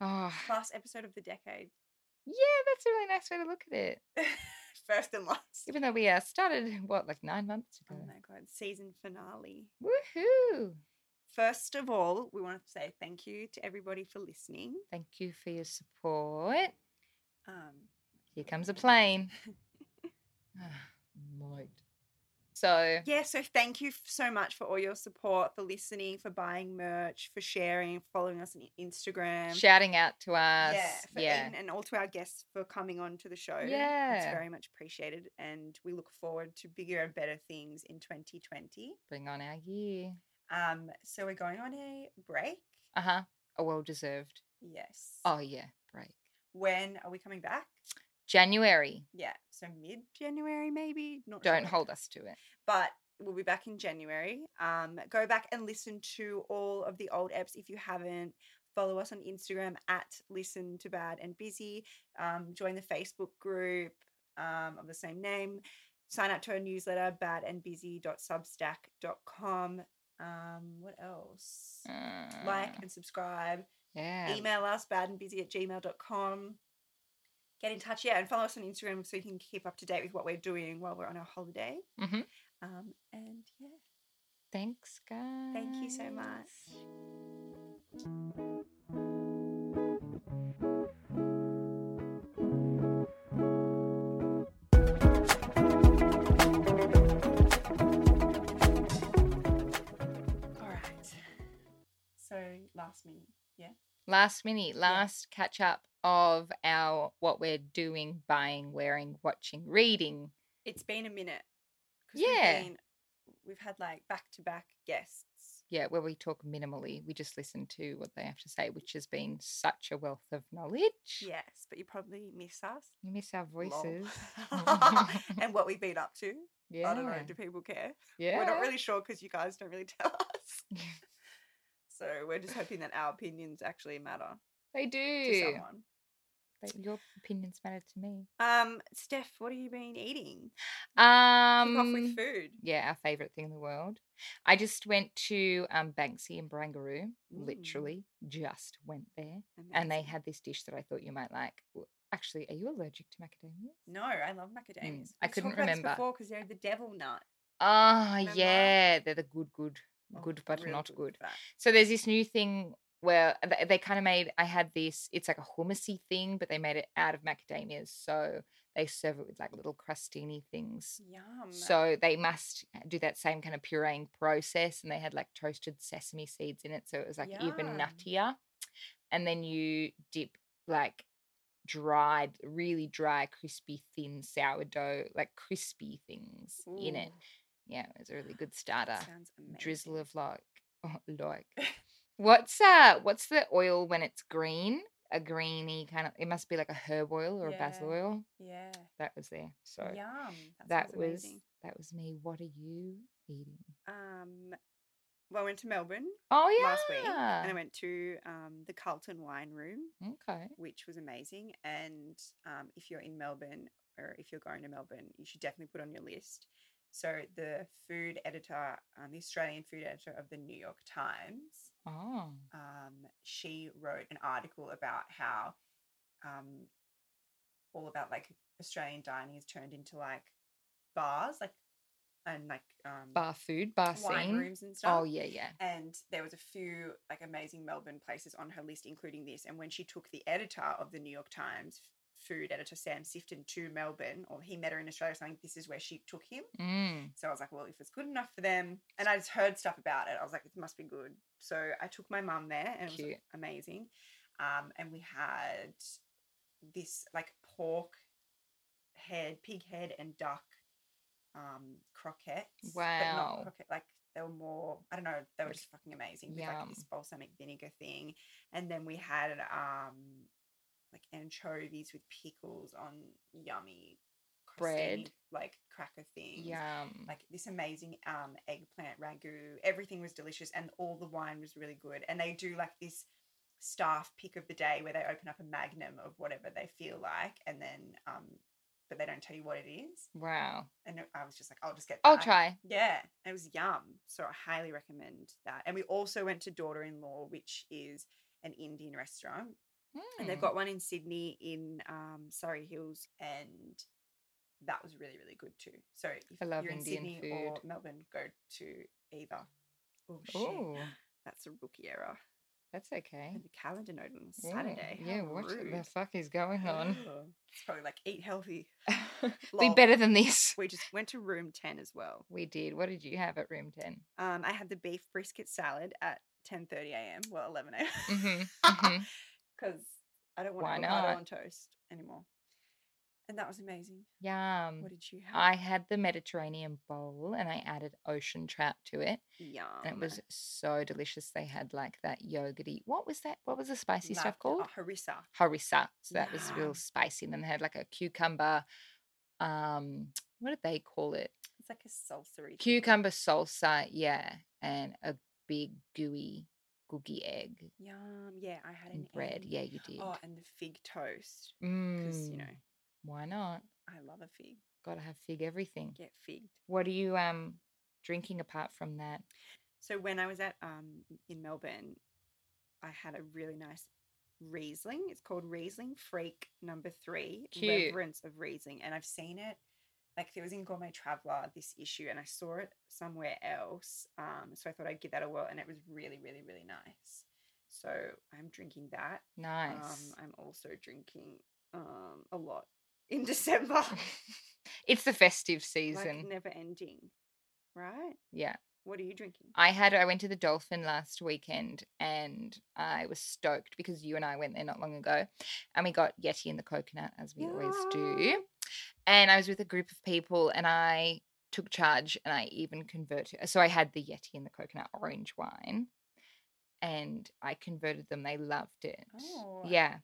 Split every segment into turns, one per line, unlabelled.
Oh,
Last episode of the decade.
yeah, that's a really nice way to look at it.
First and last.
Even though we uh, started, what, like nine months
Oh
ago?
my God. Season finale.
Woohoo!
First of all, we want to say thank you to everybody for listening.
Thank you for your support.
Um,
Here comes a plane. Ah, Mike. So,
yeah, so thank you f- so much for all your support, for listening, for buying merch, for sharing, following us on Instagram.
shouting out to us.
yeah, for
yeah.
Ian and all to our guests for coming on to the show. It's
Yeah.
very much appreciated. And we look forward to bigger and better things in 2020.
Bring on our year.
Um, so we're going on a break.
Uh huh. A well deserved.
Yes.
Oh, yeah. Break.
When are we coming back?
January.
Yeah. So mid January, maybe. Not
Don't
sure.
hold us to it.
But we'll be back in January. Um, go back and listen to all of the old eps if you haven't. Follow us on Instagram at listen to bad and busy. Um, join the Facebook group um, of the same name. Sign up to our newsletter, badandbusy.substack.com. Um, what else? Like
Uh,
and subscribe.
yeah.
email us badandbusy at gmail.com get in touch yeah and follow us on instagram so you can keep up to date with what we're doing while we're on our holiday
Mhm.
um, and yeah
Thanks, guys.
thank you so much all right so last minute
Last minute, last catch up of our what we're doing, buying, wearing, watching, reading.
it's been a minute 'cause
Yeah.
we've, been, we've had like back-to-back guests
yeah, where we talk minimally. We just listen to what they have to say, which has been such a wealth of knowledge.
yes but you probably miss us
You miss our
Lol.
voices.
and what we've been up to
yeah.
i don't know do people care
yeah.
we're not really sure because you guys don't really tell us so we're just hoping that our opinions actually matter
they
to
do.
someone
They- your opinions matter to me.
um steph what have you been eating Kick off with
Um,
food
yeah, our favorite thing in the world. I just went to um, Banksy in Barangaroo. Literally, just went there, and they
Amazing.
had this dish that I thought you might like. W- Actually, are you allergic to macadamia?
no i love macadamias
Hmm, I couldn't remember.
because they're the devil nut
Ah,
Remember?
yeah, they're the good, good,
Oh,
good, but
real
not good.
fat.
So there's this new thing where th- they kind of made. I had this. It's like a hummusy thing, but they made it out of macadamias. So they serve it with like little crustini things.
yum
So they must do that same kind of pureeing process, and they had like toasted sesame seeds in it, so it was like even
Yum.
nuttier. And then you dip like dried, really dry, crispy, thin sourdough, like crispy things in it.
Ooh,
Yeah, it was a really good starter
sounds amazing.
drizzle of like oh, like what's uh what's the oil when it's green a greeny kind of it must be like a herb oil or a basil
Yeah.
oil
yeah
that was there so
yum that,
that
sounds
was
amazing.
that was me what are you eating
um well, I went to Melbourne
oh yeah
last week and I went to um, the Carlton Wine Room,
okay
which was amazing. And um, if you're in Melbourne or if you're going to Melbourne, you should definitely put on your list. So the food editor, um, the Australian food editor of the New York Times,
oh
um, she wrote an article about how um, all about like Australian dining is turned into like bars, like and like um,
bar food bar
wine
scene
rooms and stuff
oh yeah yeah
and there was a few like amazing Melbourne places on her list, including this. And when she took the editor of the New York Times, f- food editor Sam Sifton, to Melbourne, or he met her in Australia, or something. This is where she took him.
mm.
So I was like, well, if it's good enough for them, and I just heard stuff about it, I was like, it must be good. So I took my mum there, and it was
Cute.
amazing. Um, and we had this like pork head, pig head, and duck um, croquettes. but not
Wow.
croquette, like they were more. I don't know. They were just fucking amazing. With like this
Yum.
balsamic vinegar thing, and then we had um, like anchovies with pickles on yummy crostini,
Bread.
like cracker things
yum
like this amazing um, eggplant ragu. Everything was delicious, and all the wine was really good. And they do like this staff pick of the day where they open up a magnum of whatever they feel like, and then um, but they don't tell you what it is.
wow
And I was just like, I'll just get.
i'll
that.
try
Yeah, and it was yum. So I highly recommend that. And we also went to Daughter in Law, which is an Indian restaurant and they've
Mm.
got one in Sydney in um, Surrey Hills, and that was really really good too. So if
I love
you're in
Indian
Sydney or Melbourne, go to either. Oh shit,
Mm. Ooh,
that's a rookie error.
that's okay.
And the calendar note on
Eh. Yeah,
Saturday.
Yeah,
how
what the
rude.
fuck is going on?
Ugh. It's probably like eat healthy.
Be
Lol.
better than this.
We just went to room ten as well.
We did. What did you have at room 10?
Um, I had the beef brisket salad at ten thirty a.m. Well, eleven a.m.
hmm hmm
because I don't
Why
want avocado
not?
on toast anymore. And that was amazing.
Yum.
What did you have?
I had the Mediterranean bowl and I added ocean trout to it.
Yum.
And it was so delicious. They had like that yogurty. What was that? What was the spicy
Loved
stuff
it.
called?
Oh, harissa.
harissa. So that was real
Yum.
spicy. And then they had like a cucumber. Um, what did they call it?
It's like a salsa.
Cucumber salsa, yeah, and a big gooey googie egg
Yum. Yeah, I had an
and bread.
egg.
Yeah, you did.
Oh, and the fig toast. Because, you
mm,
know,
why not?
I love a fig.
Gotta have fig everything.
Get figged.
What are you um drinking apart from that?
So when I was at um in Melbourne, I had a really nice Riesling. It's called Riesling Freak number three.
Cute.
Reverence of Riesling. And I've seen it like it was in Gourmet Traveller this issue and I saw it somewhere else. Um, so I thought I'd give that a whirl and it was really, really, really nice. So I'm drinking that.
Nice.
Um, I'm also drinking um, a lot in December.
it's the festive season.
like never ending. Right?
yeah.
What are you drinking?
I had I went to the Dolphin last weekend and I was stoked because you and I went there not long ago and we got Yeti and the coconut as we always
Yeah.
do. And I was with a group of people and I took charge and I even converted so I had the Yeti and the coconut orange wine and I converted them. They loved it.
Oh.
Yeah.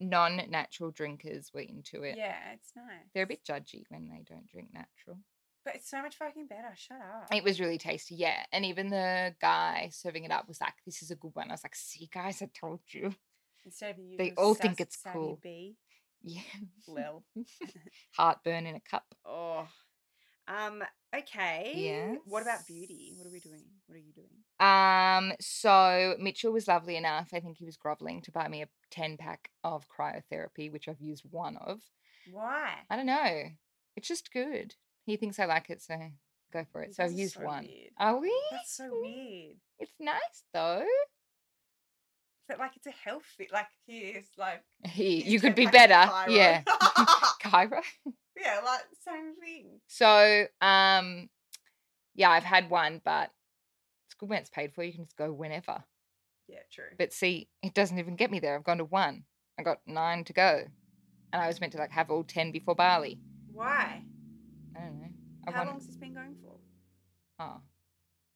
Non-natural drinkers were into it.
Yeah, it's nice.
They're a bit judgy when they don't drink natural.
But it's so much fucking better. Shut up.
It was really tasty, yeah. And even the guy serving it up was like, "This is a good one." I was like, "See, guys, I told you."
Instead of the
they
usual
all think
sus-
it's
savvy
cool.
bee,
Yeah,
Lil.
heartburn in a cup.
oh. Um. Okay. What about
Yes.
beauty? What are we doing? What are you doing?
Um, so Mitchell was lovely enough. I think he was groveling to buy me a ten pack of cryotherapy, which I've used one of.
Why?
I don't know. It's just good. He thinks I like it, so go for
You
it. So I've
guys are
used
so
one.
weird.
Are we?
That's so weird.
It's nice though.
But like, it's a health fit. Like he is like.
He,
he's
you could be
10
better.
packets of
Yeah.
Cairo.
Cairo.
yeah, like same thing.
So, um, yeah, I've had one, but it's good when it's paid for. You can just go whenever.
Yeah, true.
But see, it doesn't even get me there. I've gone to one. I got nine to go, and I was meant to like have all ten before Bali.
Why?
I don't know. I
How
want.
long's this been going for?
Oh,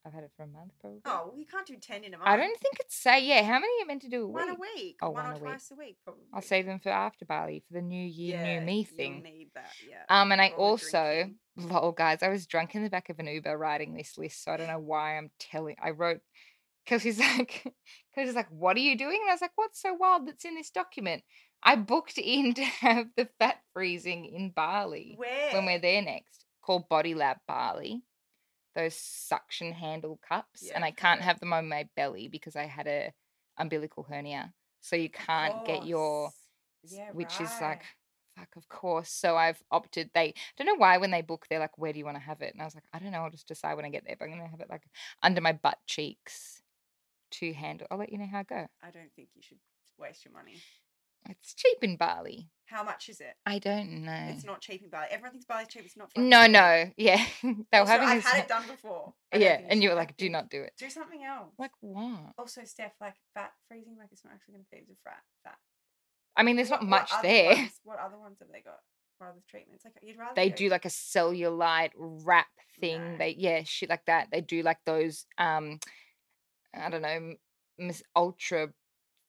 I've had it for a month probably.
Oh, you can't do ten in a month.
I don't think it's say yeah. How many are meant to do a
One
week?
a week.
Oh,
One
one
or
a week.
twice a week, probably.
I'll save them for after Bali for the New Year, New Me thing.
You'll need that. Yeah.
Um, and I
for all the
also,
drinking.
lol, guys, I was drunk in the back of an Uber writing this list, so I don't know why I'm telling. I wrote Kelsey's like, Kelsey's like, what are you doing? And I was like, what's so wild that's in this document? I booked in to have the fat freezing in Bali
Where?
when we're there next, called Body Lab Bali. Those suction handle cups,
Yeah,
and I
I've heard
can't
of
have them on my belly because I had a umbilical hernia, so you can't get your
course. yeah,
which is like
right.
fuck of course so i've opted they I don't know why when they book they're like where do you want to have it and i was like i don't know i'll just decide when i get there but i'm gonna have it like under my butt cheeks to handle i'll let you know how i go
I don't think you should waste your money.
it's cheap in bali
How much is it?
i don't know
It's not cheap in Bali. Everyone thinks Bali's cheap. It's not. fucking
no
cheap.
no yeah they were
Also,
having
I've
this
had it done before. I don't
yeah
think
and
should-
you were
I
like do
think-
not do it
do something else.
like what
also, Steph, like fat freezing, like it's not actually going to feed the fat. Fat.
i mean there's
What-
not
what
much
other
there
ones- what other ones have they got? What other treatments? Like you'd rather
they
go-
do like a cellulite wrap thing.
Right.
They yeah, shit like that. They do like those um I don't know, mis- ultra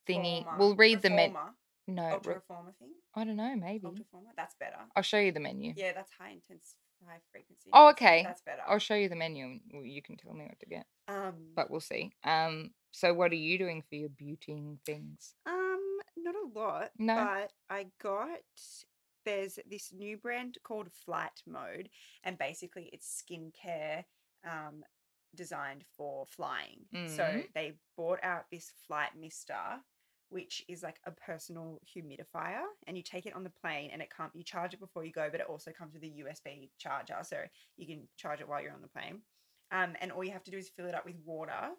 thingy. We'll
Reformer-
read the menu.
Reformer,
No,
ultra
re-
reformer thing.
I don't know, maybe.
Ultra reformer. That's better.
I'll show you the menu.
Yeah, that's high intense, high frequency.
Oh,
intensive,
okay.
That's better.
I'll show you the menu and w- you can tell me what to get.
um,
But we'll see. Um so what are you doing for your beautying things?
um, not a lot.
No.
but I got there's this new brand called Flight Mode, and basically it's skincare um, designed for flying. So
Mhm.
they bought out this flight mister, which is like a personal humidifier and you take it on the plane and it can't you charge it before you go but it also comes with a usb charger so you can charge it while you're on the plane um, and all you have to do is fill it up with water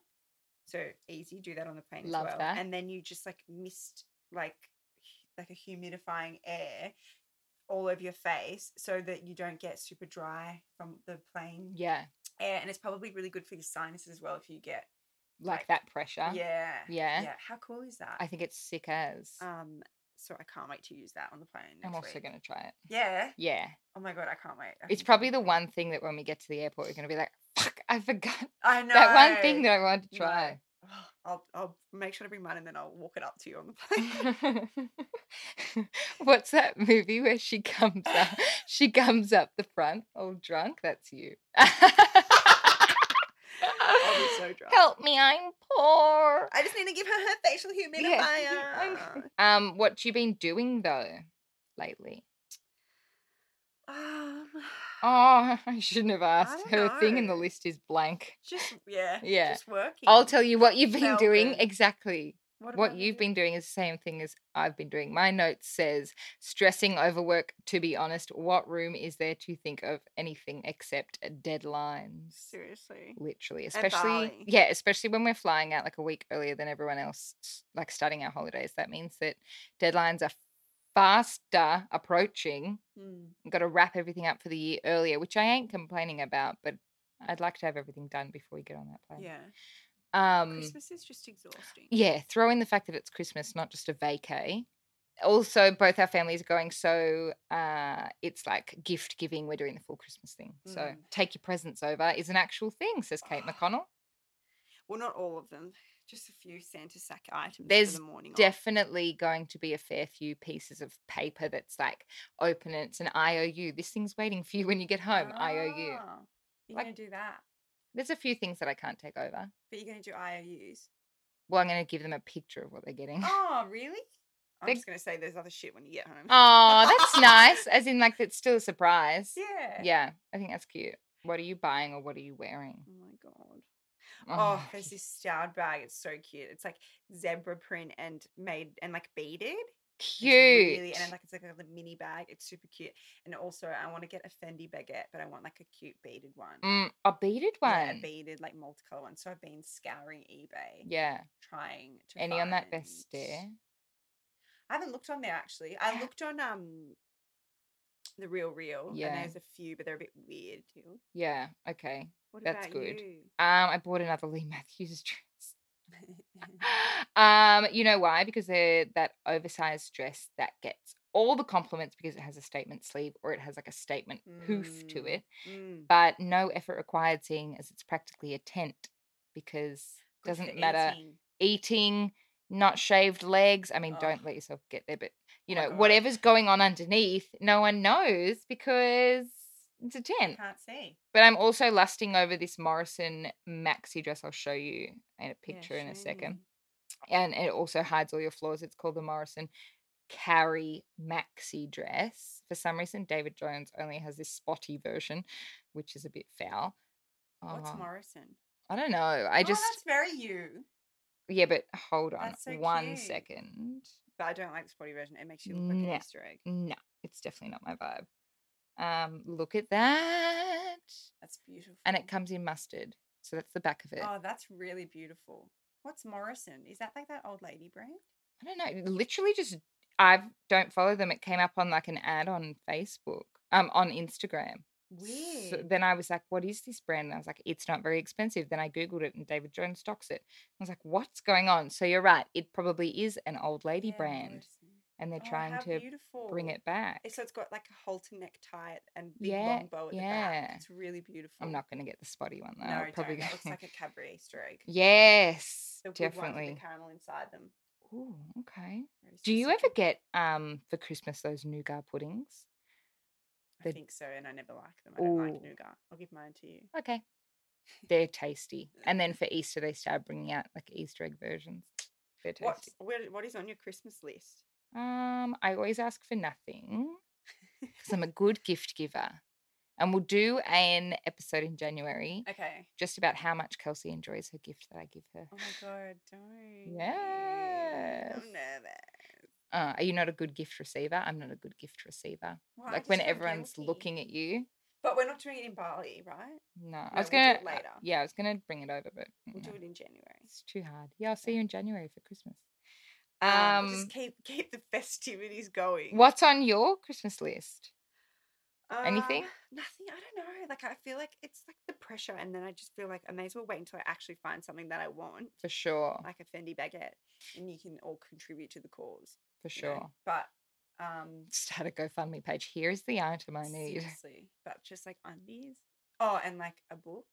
so easy do that on the plane
Love
as well
that.
and then you just like mist like hu- like a humidifying air all over your face so that you don't get super dry from the plane
Yeah.
air and it's probably really good for your sinuses as well if you get
Like
Like,
that pressure.
yeah
Yeah.
how cool is that
I think it's sick as.
um so i can't wait to use that on the plane next
I'm also
week.
going to try it.
yeah
Yeah.
oh my god i can't wait I
It's
think-
probably the one thing that when we get to the airport, we're going to be like, fuck, I forgot
i know
that one thing that I wanted to try.
I'll I'll make sure to bring mine and then I'll walk it up to you on the plane.
What's that movie where she comes up? She comes up the front, all drunk. That's you.
I'll be so drunk.
Help me, I'm poor.
I just need to give her her facial humidifier.
Yeah. Um, what you been doing though lately?
um,
Oh, I shouldn't have asked.
don't
Her thing in the
know.
list is blank.
just yeah,
Yeah.
just working.
I'll tell you what you've been doing
Melbourne.
exactly. What
about
you've
you?
been doing is the same thing as I've been doing. My note says stressing over work. To be honest, what room is there to think of anything except deadlines?
seriously.
Literally, especially
Bali.
yeah, especially when we're flying out like a week earlier than everyone else, s- like starting our holidays. That means that deadlines are faster approaching.
Mm.
Got to wrap everything up for the year earlier, which I ain't complaining about, but I'd like to have everything done before we get on that plane.
Yeah,
Um,
Christmas is just exhausting.
yeah, throw in the fact that it's Christmas, not just a vacay. Also, both our families are going, so uh, it's like gift giving. We're doing the full Christmas thing. So,
Mm.
take your presents over is an actual thing, says Kate
Oh,
McConnell.
Well, not all of them. Just a few Santa sack items
There's
for the morning. off.
Definitely going to be a fair few pieces of paper that's like open and it's an IOU. This thing's waiting for you when you get home. IOU.
Ah, You're
Like-
gonna do that,
There's a few things that I can't take over.
but you're gonna do IOUs.
Well, I'm going to give them a picture of what they're getting. Oh,
Oh, really? I'm
They-
just gonna say there's other shit when you get home.
that's nice. As in, like, it's still a surprise.
Yeah.
Yeah, I think that's cute. What are you buying or what are you wearing?
Oh my god. Oh, there's this Stoud bag. It's so cute. It's like zebra print and made and like beaded. It's
cute.
really, and then, like it's like a little mini bag. It's super cute. And also, I want to get a Fendi baguette, but I want like a cute beaded one.
Mm, a beaded one.
Yeah,
Yeah.
a beaded like multicolor one. So I've been scouring eBay, trying to
Any on that
find-
best there?
I haven't looked on there actually. I
Yeah.
looked on um the real real. Yeah.
Yeah.
And there's a few, but they're a bit weird too.
Yeah. Okay.
What
That's
about
good.
you?
Um, I bought another Lee Matthews dress. um, you know why? Because they're that oversized dress that gets all the compliments because it has a statement sleeve or it has like a statement poof to
Mm.
it.
Mm.
But no effort required, seeing as it's practically a tent because
Good
doesn't
for
matter.
18.
eating, not shaved legs. I mean,
Ugh.
don't let yourself get there, but you
Oh my
know,
God.
whatever's going on underneath, no one knows because it's a tent.
Can't see.
But I'm also lusting over this Morrison maxi dress. I'll show you in a
Yeah,
picture in a
show
second.
me.
And it also hides all your flaws. It's called the Morrison Carry Maxi dress. For some reason, David Jones only has this spotty version, which is a bit foul.
What's
Uh,
Morrison?
I don't know. I just
Oh, that's very you.
yeah, but hold on one
That's so
second.
cute. But I don't like the spotty version. It makes you look like
Nah.
an Easter egg.
no, it's definitely not my vibe. Um, look at that.
That's beautiful.
And it comes in mustard. So that's the back of it.
Oh, that's really beautiful. What's Morrison? Is that like that old lady brand?
I don't know. it Literally just I don't follow them. It came up on like an ad on Facebook. Um on Instagram.
Weird.
So then I was like, what is this brand? And I was like, it's not very expensive. Then I Googled it and David Jones stocks it. I was like, what's going on? So you're right. It probably is an old lady
Yeah,
brand
Morrison.
and they're
Oh,
trying
how
to
beautiful.
bring it back.
It's- So it's got like a halter neck tie and big
Yeah,
long bow at the
yeah.
back. It's really beautiful.
I'm not going to get the spotty one though.
No,
I'll
don't.
probably
That
go-
looks like a Cadbury Easter egg.
Yes,
The good ones with
definitely.
the caramel inside them.
Ooh, okay.
Very
Do you ever
specific.
get um for Christmas those nougat puddings?
I
the-
think so, and I never like them. I don't
Ooh.
like nougat. I'll give mine to you.
Okay. They're tasty. And then for Easter they started bringing out like Easter egg versions. They're tasty.
What where, what is on your Christmas list?
Um I always ask for nothing because I'm a good gift giver. And we'll do an episode in January
Okay.
just about how much Kelsey enjoys her gift that I give her.
Oh my god, don't.
Yes.
I'm nervous.
Uh, are you not a good gift receiver? I'm not a good gift receiver.
Well, I
like
just
when
feel
everyone's
guilty.
looking at you.
But we're not doing it in Bali, right?
No,
No,
I was
we'll do
gonna.
it
uh,
later.
Yeah, I was gonna bring it over, but
We'll
no,
do it in January.
it's too hard. Yeah, I'll see you in January for Christmas.
Um,
Um,
we'll just keep keep the festivities going.
what's on your Christmas list? anything?
Um, Nothing. I don't know. Like I feel like it's like the pressure, and then I just feel like I may as well wait until I actually find something that I want,
For sure,
like a Fendi baguette, and you can all contribute to the cause.
for
you know?
sure.
But um,
Start a GoFundMe page. Here is the item I need.
seriously, but just like undies. Oh, and like a book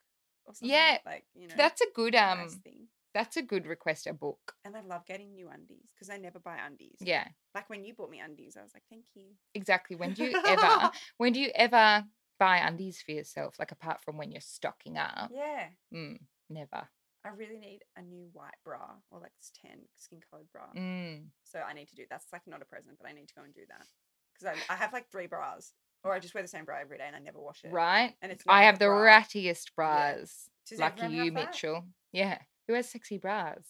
or something.
Yeah,
like you know,
That's a good
a
um.
nice thing.
That's a good request. A book.
And I love getting new undies because I never buy undies.
Yeah,
Like when you bought me undies, I was like, thank you.
exactly. When do you ever? when do you ever buy undies for yourself? Like apart from when you're stocking up.
Yeah.
Mm, never.
I really need a new white bra or like this tan skin colored bra.
Mm.
So I need to do that's like not a present, but I need to go and do that because I, I have like three bras, or I just wear the same bra every day and I never wash it.
Right.
And it's not
I
like
have
a
the
bra.
rattiest bras.
Does
Lucky
everyone
you,
have that?
Mitchell. Yeah. Who has sexy bras?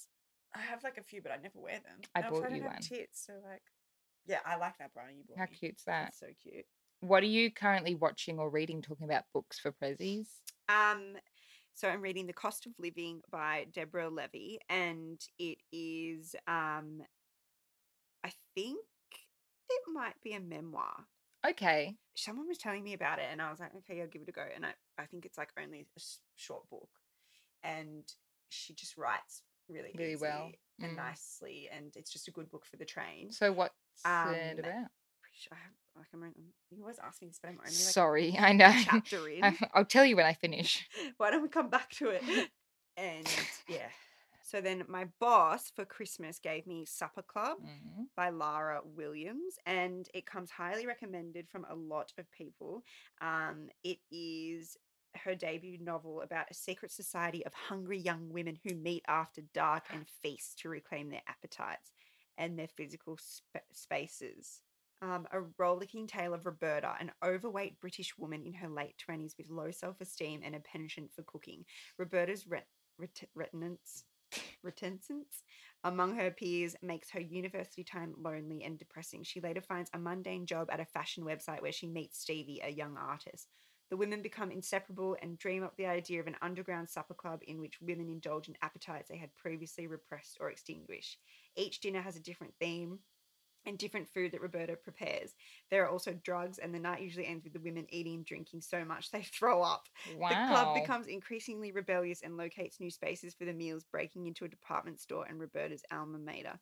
I have like a few, but I never wear them.
I
and also
bought
don't
you
have
one.
Tits, so like, yeah, I like that bra you bought.
How
me.
cute's that?
It's so cute.
What are you currently watching or reading talking about books for Prezies?
Um, so I'm reading The Cost of Living by Deborah Levy, and it is, um, I think it might be a memoir.
Okay.
someone was telling me about it and I was like, okay, I'll give it a go. And I, I think it's like only a s- short book. And she just writes really,
Really well.
easily and
Mm.
nicely. And it's just a good book for the train.
So what's
Um,
it about?
Pretty sure I have, like, I'm only, you always ask me this, but I'm only like
Sorry, I know.
a chapter in.
I- I'll tell you when I finish.
Why don't we come back to it? And yeah. So then my boss for Christmas gave me Supper Club
Mm.
by Lara Williams, and it comes highly recommended from a lot of people. Um, it is her debut novel about a secret society of hungry young women who meet after dark and feast to reclaim their appetites and their physical sp- spaces. Um, a rollicking tale of Roberta, an overweight British woman in her late 20s with low self esteem and a penchant for cooking. Roberta's ret- ret- retinence. Retentance among her peers makes her university time lonely and depressing. She later finds a mundane job at a fashion website where she meets Stevie, a young artist. The women become inseparable and dream up the idea of an underground supper club in which women indulge in appetites they had previously repressed or extinguished. Each dinner has a different theme and different food that Roberta prepares. There are also drugs, and the night usually ends with the women eating and drinking so much they throw up.
Wow.
The club becomes increasingly rebellious and locates new spaces for the meals, breaking into a department store and Roberta's alma mater.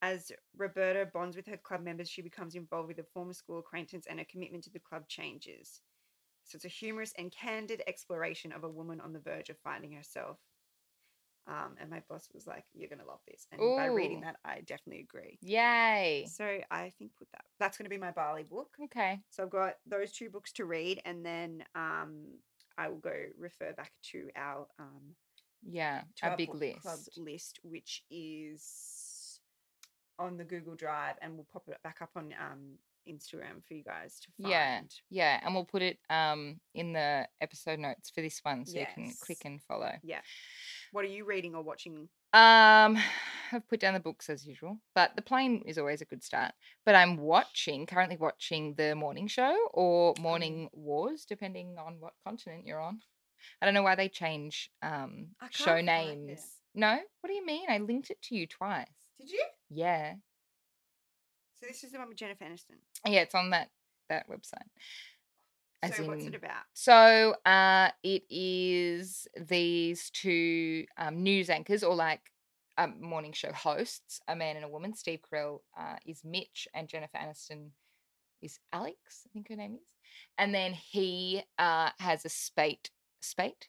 As Roberta bonds with her club members, she becomes involved with a former school acquaintance and her commitment to the club changes. So it's a humorous and candid exploration of a woman on the verge of finding herself. Um, and my boss was like, You're going to love this. And by reading
Ooh.
that, I definitely agree.
Yay.
So I think put that. That's going to be my Bali book.
Okay.
So I've got those two books to read, and then um, I will go refer back to our um,
Yeah.
to
A
our
big
book
list.
club list, which is on the Google Drive, and we'll pop it back up on um, Instagram for you guys to find.
Yeah. Yeah, and we'll put it um in the episode notes for this one so you can click
Yes.
and follow.
What are you reading or watching?
Um, I've put down the books as usual, but the plane is always a good start. But I'm watching currently watching the morning show or
Mm-hmm.
morning wars, depending on what continent you're on. I don't know why they change um
I can't
show
find it.
names. No, what do you mean? I linked it to you twice.
Did you?
Yeah,
So this is the one with Jennifer Aniston.
yeah, it's on that that website. As
so what's
in-
it about?
So uh, it is these two um, news anchors or like um, morning show hosts, a man and a woman. Steve Carell uh, is Mitch and Jennifer Aniston is Alex, I think her name is. And then he uh, has a spate, spate?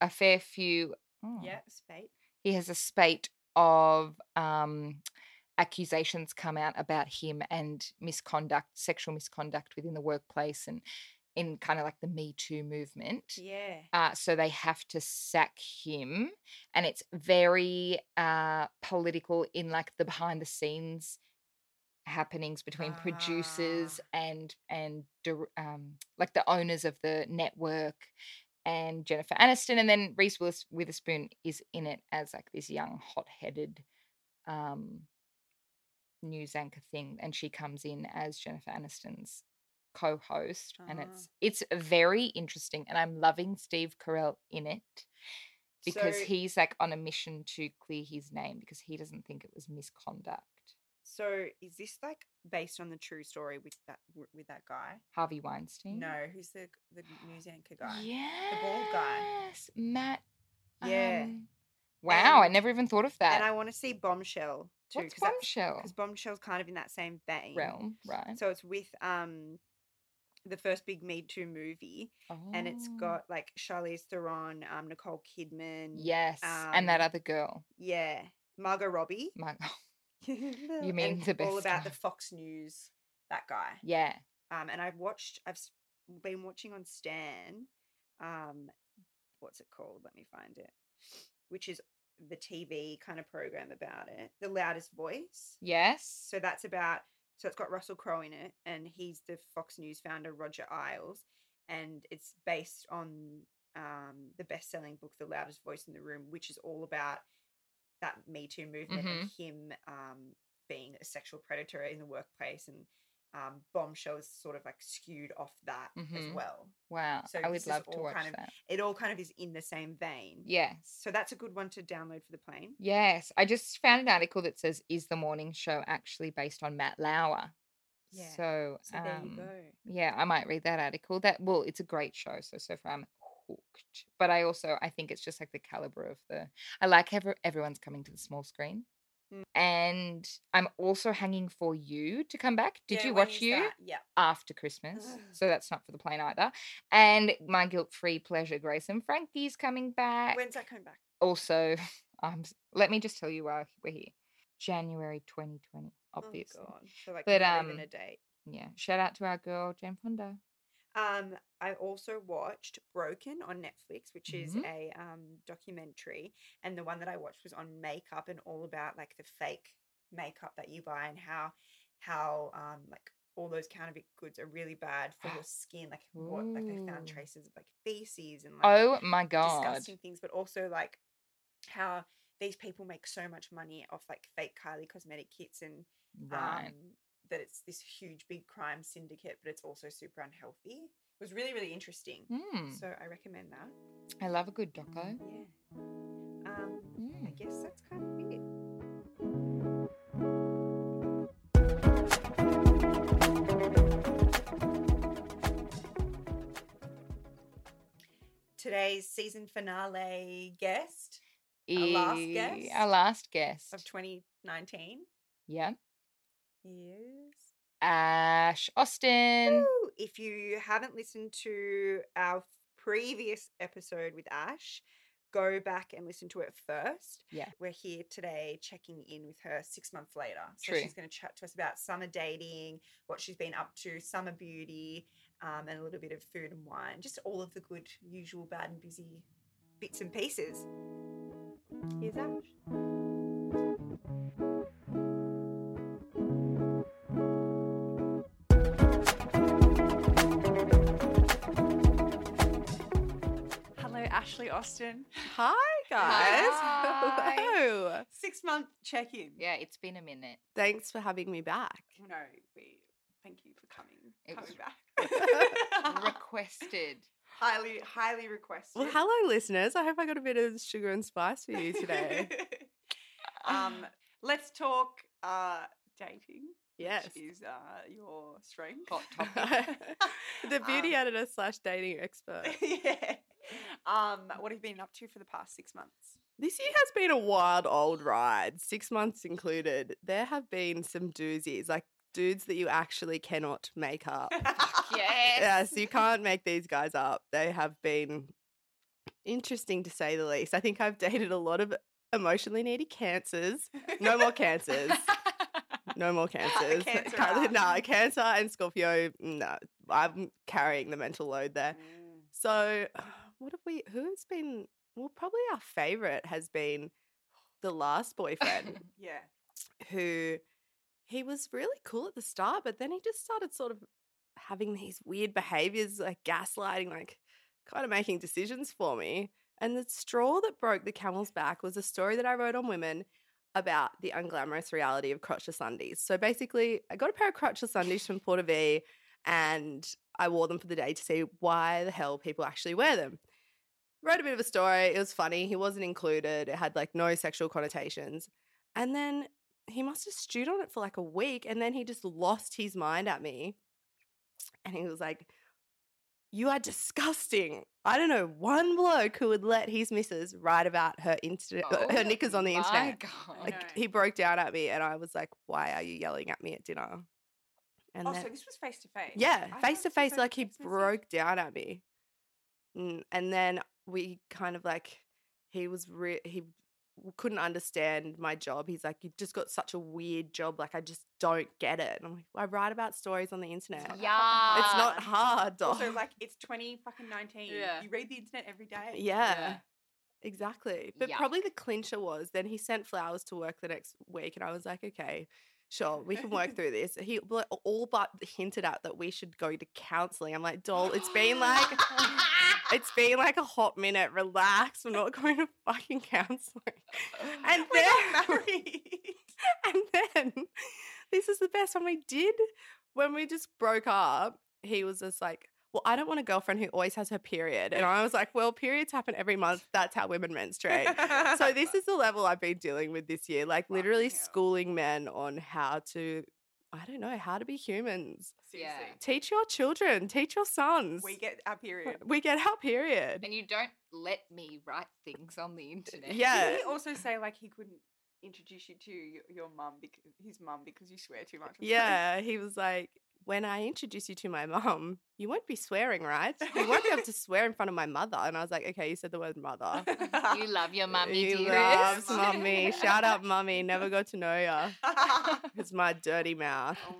A fair few. oh,
Yeah, spate.
He has a spate of um, accusations come out about him and misconduct, sexual misconduct within the workplace and in kind of like the Me Too movement.
Yeah.
Uh, so they have to sack him, and it's very uh, political in like the behind the scenes happenings between producers and and dir- um, like the owners of the network and Jennifer Aniston, and then Reese Willis- Witherspoon is in it as like this young, hot-headed um, news anchor thing, and she comes in as Jennifer Aniston's co-host, and
Ah.
it's it's very interesting, and I'm loving Steve Carell in it because
So-
he's like on a mission to clear his name because he doesn't think it was misconduct.
So is this like based on the true story with that w- with that guy?
Harvey Weinstein.
No, who's the the news anchor guy?
Yes.
bald guy.
Matt.
Yeah.
um, wow, I
And-
never even thought of that.
And I want to see Bombshell too.
What's bombshell
Because Bombshell's kind of in that same vein.
realm, right?
So it's with um the first big Me Too movie, and it's
Oh.
got like Charlize Theron, um, Nicole Kidman.
yes, and that
um,
other girl.
Yeah. Margot Robbie.
My,
you
mean the
all
best
about the
guy.
Fox News that guy.
yeah,
Um, and I've watched. I've s- been watching on Stan. Um, what's it called? Let me find it. Which is the TV kind of program about it. The loudest voice.
yes,
So that's about. So it's got Russell Crowe in it, and he's the Fox News founder Roger Iles, and it's based on um, the best-selling book The Loudest Voice in the Room, which is all about that Me Too movement and
Mm-hmm.
him um, being a sexual predator in the workplace, and um, Bombshell is sort of like skewed off that
Mhm.
as well.
wow.
so
I
this
would
is
love to
all
watch
kind of-
that.
It all kind of is in the same vein.
Yes,
So that's a good one to download for the plane.
yes. I just found an article that says, "Is the morning show actually based on Matt Lauer?"
Yeah,
So,
So there you
um,
go.
Yeah, I might read that article. That well, it's a great show. So so far I'm hooked. But I also I think it's just like the caliber of the. I like ever everyone's coming to the small screen,
Mm.
and I'm also hanging for you to come back. Did
Yeah,
you
when
watch
is
you
that? Yeah.
after Christmas? So that's not for the plane either. And my guilt free pleasure, Grace and Frankie's coming back.
When's that coming back?
also, um, let me just tell you why we're here. January 2020, obviously.
Oh god. So like
But,
not even
um,
a date.
yeah. Shout out to our girl Jen Fonda.
Um, I also watched Broken on Netflix, which is
Mhm.
a um documentary, and the one that I watched was on makeup and all about like the fake makeup that you buy and how how um like all those counterfeit goods are really bad for your skin. Like what like they found
Ooh.
traces of like feces and like
Oh my god.
disgusting things, but also like how these people make so much money off like fake Kylie cosmetic kits and
Right.
um, that it's this huge big crime syndicate, but it's also super unhealthy. It was really, really interesting.
Hmm.
So I recommend that.
I love a good doco.
Yeah. Um, I
Mm.
guess that's kind of it. Today's season finale guest Our last
Eh,
guest
Our last guest.
of 2019
yeah.
is
Ash Austin.
Woo! If you haven't listened to our previous episode with Ash, go back and listen to it first.
Yeah.
We're here today checking in with her six months later. So
True.
she's going to chat to us about summer dating, what she's been up to, summer beauty, um, and a little bit of food and wine. Just all of the good, usual, bad, and busy bits and pieces. Here's Ash.
Hello, Ashley Austin. Hi, guys.
Hi.
Hello.
Six month check in.
Yeah, it's been a minute.
Thanks for having me back.
No, we thank you for coming.
It
coming
was
back.
Requested.
highly, highly requested.
Well, hello, listeners. I hope I got a bit of sugar and spice for you today.
um, let's talk uh, dating.
yes.
Which is uh, your strength.
Hot
the beauty
Um,
editor slash dating expert.
yeah. Um, what have you been up to for the past six months?
This year has been a wild old ride, six months included. There have been some doozies, like dudes that you actually cannot make up.
Yes.
yes, you can't make these guys up. They have been interesting to say the least. I think I've dated a lot of emotionally needy cancers. No more cancers. No more cancers.
cancer um
Can't-
out.
nah, cancer and Scorpio. No, I'm carrying the mental load there.
Mm.
So, what have we? Who's been? Well, probably our favorite has been the last boyfriend
Yeah.
who he was really cool at the start, but then he just started sort of having these weird behaviors, like gaslighting, like kind of making decisions for me. And the straw that broke the camel's back was a story that I wrote on women about the unglamorous reality of crotchless undies. So basically, I got a pair of crotchless undies from Porta V and I wore them for the day to see why the hell people actually wear them. Wrote a bit of a story. It was funny. He wasn't included. It had like no sexual connotations. And then he must have stewed on it for like a week and then he just lost his mind at me. And he was like, You are disgusting. I don't know one bloke who would let his missus write about her insta- her
Oh
knickers on the internet.
My God.
Like
know.
he broke down at me, and I was like, "Why are you yelling at me at dinner?" And
oh,
then,
so this was face to face. I
yeah, face
thought
to
this was
face, like he
text message.
broke down at me, Mm, and then we kind of like he was re- he w- couldn't understand my job. He's like, "You just got such a weird job. Like I just don't get it." And I'm like, well, "I write about stories on the internet.
fucking
Yeah.
hard.
It's not hard, dog."
Also, like it's twenty fucking nineteen.
Yeah.
You read the internet every day.
yeah. Exactly. But
Yeah.
probably the clincher was then he sent flowers to work the next week, and I was like, okay, sure, we can work through this. He bl- all but hinted at that we should go to counseling. I'm like, doll, it's been like, it's been like a hot minute. Relax. We're not going to fucking counseling. And
We're
then,
not married.
and then this is the best one we did when we just broke up. He was just like, well, I don't want a girlfriend who always has her period. And I was like, well, periods happen every month. That's how women menstruate. So this is the level I've been dealing with this year, like literally
Fucking hell.
schooling men on how to, I don't know, how to be humans.
Seriously.
Yeah.
Teach your children, teach your sons.
we get our period.
we get our period.
and you don't let me write things on the internet.
Yeah.
Did he also say like he couldn't introduce you to your, your mum because his mum because you swear too much? or something?
Yeah, he was like, when I introduce you to my mum, you won't be swearing, right? You won't be able to swear in front of my mother. And I was like, okay, you said the word mother.
You love your mummy,
he
dearest.
loves
Chris.
mummy. Shout out, mummy. Never got to know ya. It's my dirty mouth.
Oh my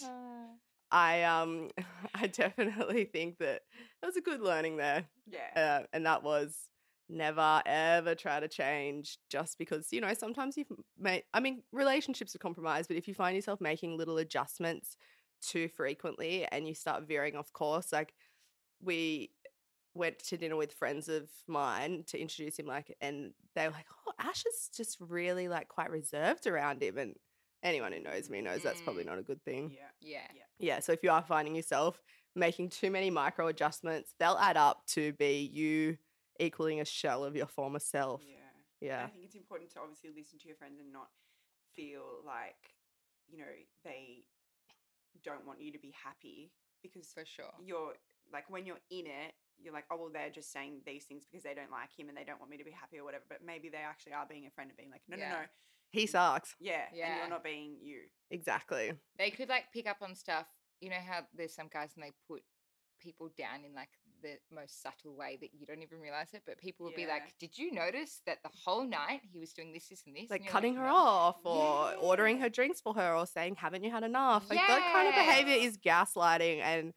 God.
Ah.
I um, I definitely think that that was a good learning there,
yeah.
uh, and that was never ever try to change just because you know sometimes you've made. I mean, relationships are compromised, but if you find yourself making little adjustments too frequently and you start veering off course, like we went to dinner with friends of mine to introduce him like and they were like oh ash is just really like quite reserved around him and anyone who knows me knows that's probably
Mm.
not a good thing
Yeah.
Yeah.
yeah, so if you are finding yourself making too many micro adjustments, they'll add up to be you equaling a shell of your former self.
Yeah.
Yeah.
I think it's important to obviously listen to your friends and not feel like, you know, they don't want you to be happy because
For sure.
you're like when you're in it, you're like, oh well, they're just saying these things because they don't like him and they don't want me to be happy or whatever. But maybe they actually are being a friend and being like, no, no,
Yeah.
no,
He sucks.
yeah, and
Yeah.
you're not being you.
Exactly.
They could like pick up on stuff. You know how there's some guys and they put people down in like the most subtle way that you don't even realize it, but people would be
Yeah.
like, Did you notice that the whole night he was doing this, this, and this?
Like
And you're
cutting her
"No."
off or
Yeah.
ordering her drinks for her or saying, haven't you had enough? Like that kind of behavior
Yeah.
is gaslighting and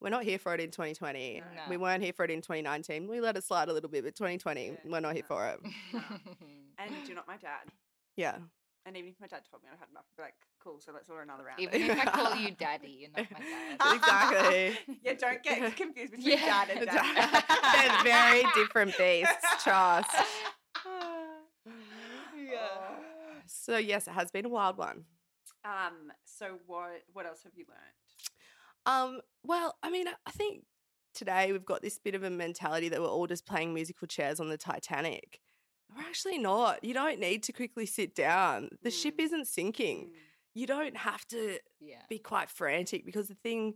we're not here for it in 2020.
No.
We
No.
weren't here for it in 2019. We let it slide a little bit, but 2020,
Yeah.
we're not here
No.
for it.
And you're not my dad.
Yeah.
And even if my dad told me I'd had enough, I'd be like, cool, so let's order another round.
Even if I call you daddy and not Oh my dad.
Exactly.
yeah, don't get confused between
Yeah.
dad and dad.
They're very different beasts, trust.
Yeah.
So yes, it has been a wild one.
Um, so what what else have you learned?
Um, well, I mean, I think today we've got this bit of a mentality that we're all just playing musical chairs on the Titanic. We're actually not. You don't need to quickly sit down. The ship
Mm.
isn't sinking. You don't have to
Yeah.
be quite frantic because the thing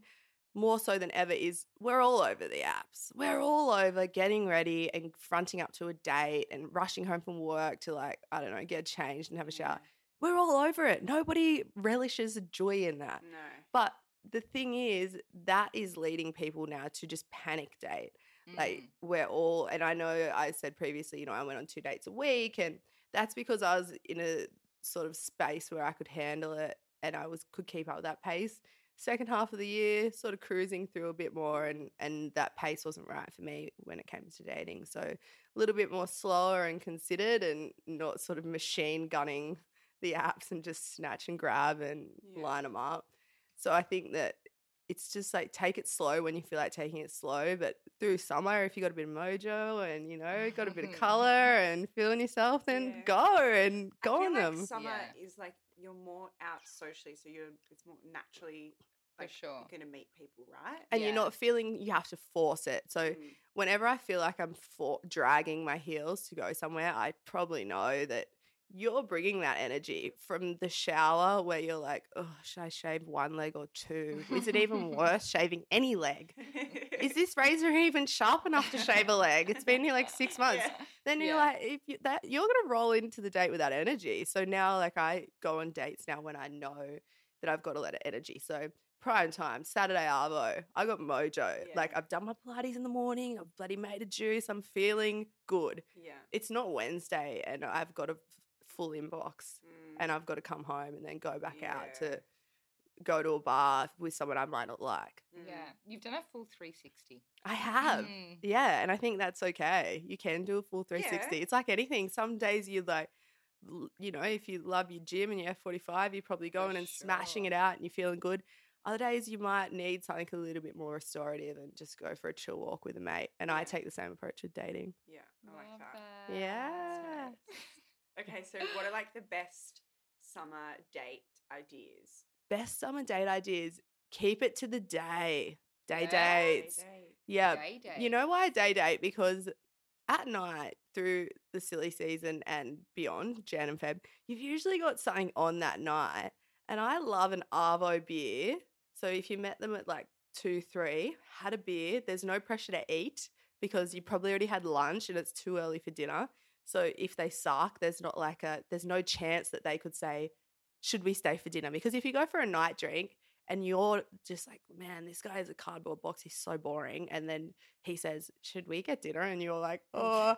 more so than ever is we're all over the apps. We're all over getting ready and fronting up to a date and rushing home from work to like, I don't know, get changed and have a
Mm.
shower. We're all over it. Nobody relishes the joy in that.
No.
But the thing is, that is leading people now to just panic date. Like
Mm.
we're all, and I know I said previously, you know, I went on two dates a week, and that's because I was in a sort of space where I could handle it and I was could keep up with that pace. Second half of the year, sort of cruising through a bit more, and and that pace wasn't right for me when it came to dating. So a little bit more slower and considered, and not sort of machine gunning the apps and just snatch and grab and line 'em
Yeah.
line them up. So I think that it's just like take it slow when you feel like taking it slow, but through summer, if you got a bit of mojo and you know got a bit of color and feeling yourself, then
Yeah.
go and
I
go
feel
on
like
them.
Summer
Yeah.
is like you're more out socially, so you're it's more naturally
For
like
sure.
you're gonna meet people, right?
and
yeah.
you're not feeling you have to force it. So
Mm.
whenever I feel like I'm for- dragging my heels to go somewhere, I probably know that you're bringing that energy from the shower where you're like, oh, should I shave one leg or two? Is it even worth shaving any leg? Is this razor even sharp enough to shave a leg? It's been here like six months.
Yeah.
Then you're
Yeah.
like, if you, that you're gonna roll into the date with that energy. So now, like, I go on dates now when I know that I've got a lot of energy. So prime time, Saturday arvo, I got mojo. Like,
Yeah.
I've done my Pilates in the morning. I've bloody made a juice. I'm feeling good.
yeah.
It's not Wednesday, and I've got a f- full inbox,
Mm.
and I've got to come home and then go back out
Yeah.
to go to a bar with someone I might not like.
Mm.
Yeah, you've done a full 360.
I have.
Mm.
Yeah, and I think that's okay. You can do a full 360. It's like anything. Some days you like, l- you know, if you love your gym and your F45, you're probably going and smashing
sure.
it out and you're feeling good. Other days you might need something a little bit more restorative and just go for a chill walk with a mate. And I
Yeah.
take the same approach with dating.
Yeah. I like
Love
that.
that.
Oh Yeah.
Okay, so what are like the best summer date ideas?
Best summer date ideas: keep it to the day, day
Yeah. Day
dates. Yeah,
Day day.
You know why I day date? Because at night through the silly season and beyond, Jan and Feb, you've usually got something on that night. And I love an Arvo beer. So if you met them at like two, three, had a beer, there's no pressure to eat because you probably already had lunch and it's too early for dinner. So if they suck, there's not like a there's no chance that they could say, should we stay for dinner? Because if you go for a night drink and you're just like, man, this guy is a cardboard box, he's so boring. And then he says, should we get dinner? And you're like, oh,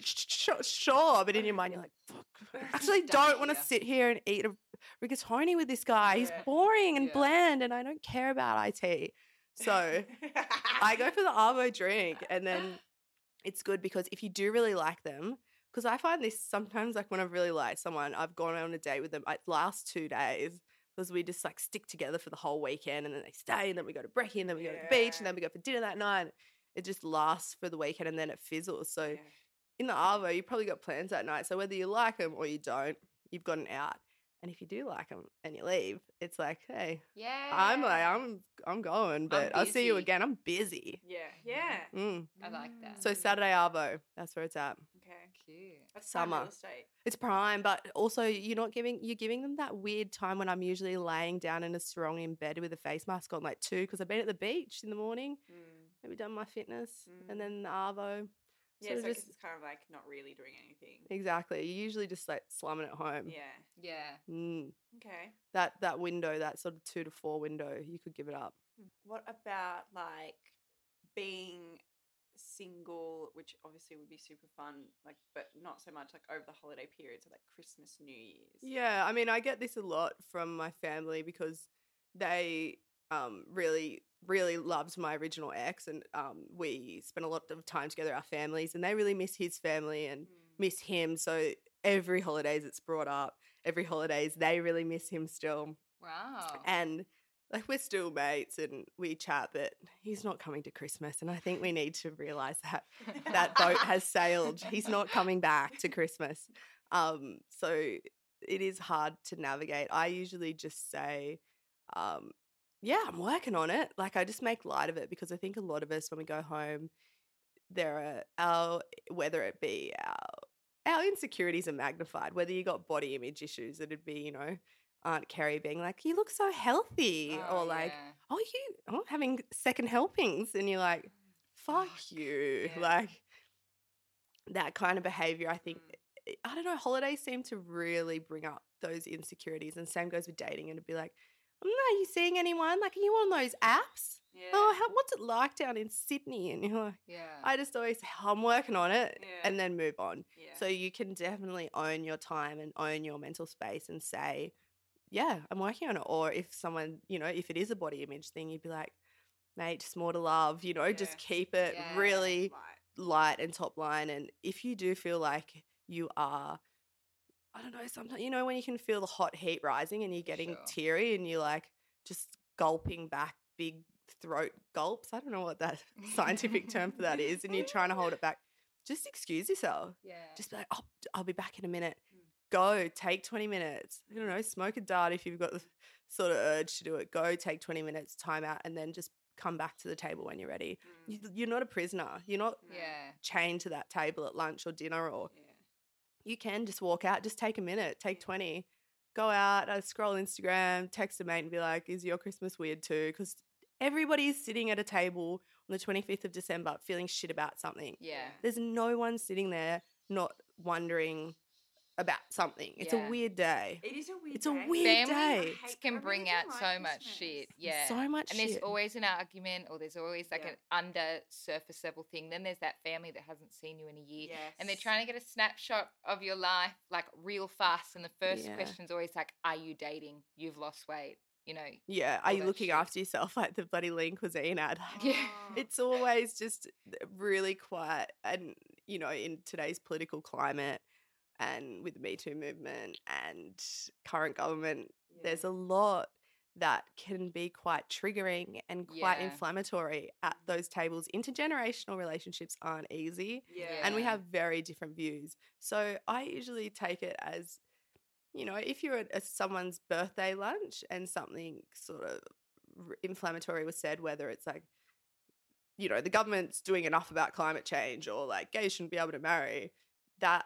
sh- sh- sure. But in your mind, you're like, fuck, I actually
Stuck
don't want to
here.
sit here and eat a rigatoni with this guy. He's
Yeah.
boring and
Yeah.
bland, and I don't care about IT. So I go for the Arvo drink, and then it's good because if you do really like them, because I find this sometimes, like when I've really liked someone, I've gone on a date with them. It lasts two days because we just like stick together for the whole weekend, and then they stay, and then we go to brekkie, and then we go to the beach, and
Yeah.
then we go for dinner that night. It just lasts for the weekend, and then it fizzles. So
Yeah.
in the arvo, you probably got plans that night. So whether you like them or you don't, you've got an out. And if you do like them and you leave, it's like, hey,
Yeah.
I'm like, I'm I'm going, but I'll see you
busy.
again. I'm busy.
Yeah. Yeah.
Mm.
Mm-hmm. I like that.
So
Mm.
Saturday arvo, that's where it's at.
Okay.
Cute.
That's prime
Summer.
Real estate.
It's prime, but also you're not giving you're giving them that weird time when I'm usually laying down in a sarong in bed with a face mask on, like two, because I've been at the beach in the morning,
Mm.
maybe done my fitness,
Mm.
and then the arvo.
Yeah, so
Sort of
I guess
just-
it's kind of like not really doing anything.
Exactly. You're usually just like slumming at home.
Yeah.
Yeah.
Mm.
Okay.
that that window, that sort of two to four window, you could give it up.
What about like being single, which obviously would be super fun, like, but not so much like over the holiday period, so like Christmas, New Year's.
Yeah, I mean, I get this a lot from my family because they um, really, really loved my original ex, and um, we spent a lot of time together, our families, and they really miss his family and
Mm.
miss him. So every holidays it's brought up. Every holidays they really miss him still,
Wow.
and like we're still mates and we chat, but he's not coming to Christmas, and I think we need to realize that that boat has sailed. He's not coming back to Christmas. Um, so it is hard to navigate. I usually just say, um, yeah, I'm working on it. Like I just make light of it because I think a lot of us when we go home, there are our whether it be our our insecurities are magnified. Whether you got body image issues, it'd be you know Aunt Carrie being like, "You look so healthy,"
Oh,
or like,
yeah.
"Oh, you oh, having second helpings," and you're like, fuck
Fuck,
you.
yeah.
Like that kind of behavior, I think,
Mm.
it- I don't know, holidays seem to really bring up those insecurities. And same goes with dating. And it'd be like, "Mm, are you seeing anyone? Like, are you on those apps?
Yeah.
Oh, how, what's it like down in Sydney? And you're like,
Yeah.
I just always say, I'm working on it
Yeah.
and then move on.
yeah.
So you can definitely own your time and own your mental space and say, yeah, I'm working on it. Or if someone, you know, if it is a body image thing, you'd be like, mate, just more to love, you know,
Yeah.
just keep it
Yeah.
really
Right.
light and top line. And if you do feel like you are I don't know, sometimes you know when you can feel the hot heat rising and you're getting
Sure.
teary and you're like just gulping back big throat gulps. I don't know what that scientific term for that is, and you're trying to hold it back. Just excuse yourself.
Yeah.
Just be like, oh, I'll be back in a minute.
Mm.
Go take 20 minutes. I don't know, smoke a dart if you've got the sort of urge to do it. Go take 20 minutes, time out, and then just come back to the table when you're ready. You, you're not a prisoner. You're not
yeah.
chained to that table at lunch or dinner or
hmm. Yeah.
you can just walk out, just take a minute, take 20, go out, uh, scroll Instagram, text a mate and be like, is your Christmas weird too? Because everybody is sitting at a table on the 25th of December feeling shit about something.
Yeah.
There's no one sitting there not wondering about something. It's
Yeah.
a weird day.
It is a weird
It's a
day.
weird
Family
I
day.
hate- I
Can
really
bring
don't
out
like
so much
Christmas.
shit. Yeah.
So much
and there's
shit.
always an argument or there's always like
Yeah.
an under surface level thing then there's that family that hasn't seen you in a year
Yes.
and they're trying to get a snapshot of your life like real fast and the first
Yeah.
question's always like are you dating you've lost weight you know
yeah.
all
Are you
that
looking
shit.
after yourself like the bloody lean cuisine ad?
Yeah.
Oh.
It's always just really quiet. And, you know, in today's political climate and with the Me Too movement and current government,
Yeah.
there's a lot that can be quite triggering and quite
Yeah.
inflammatory at those tables. Intergenerational relationships aren't easy
yeah.
and we
Yeah.
have very different views. So I usually take it as, you know, if you're at a, someone's birthday lunch and something sort of r- inflammatory was said, whether it's like, you know, the government's doing enough about climate change or like gays shouldn't be able to marry, that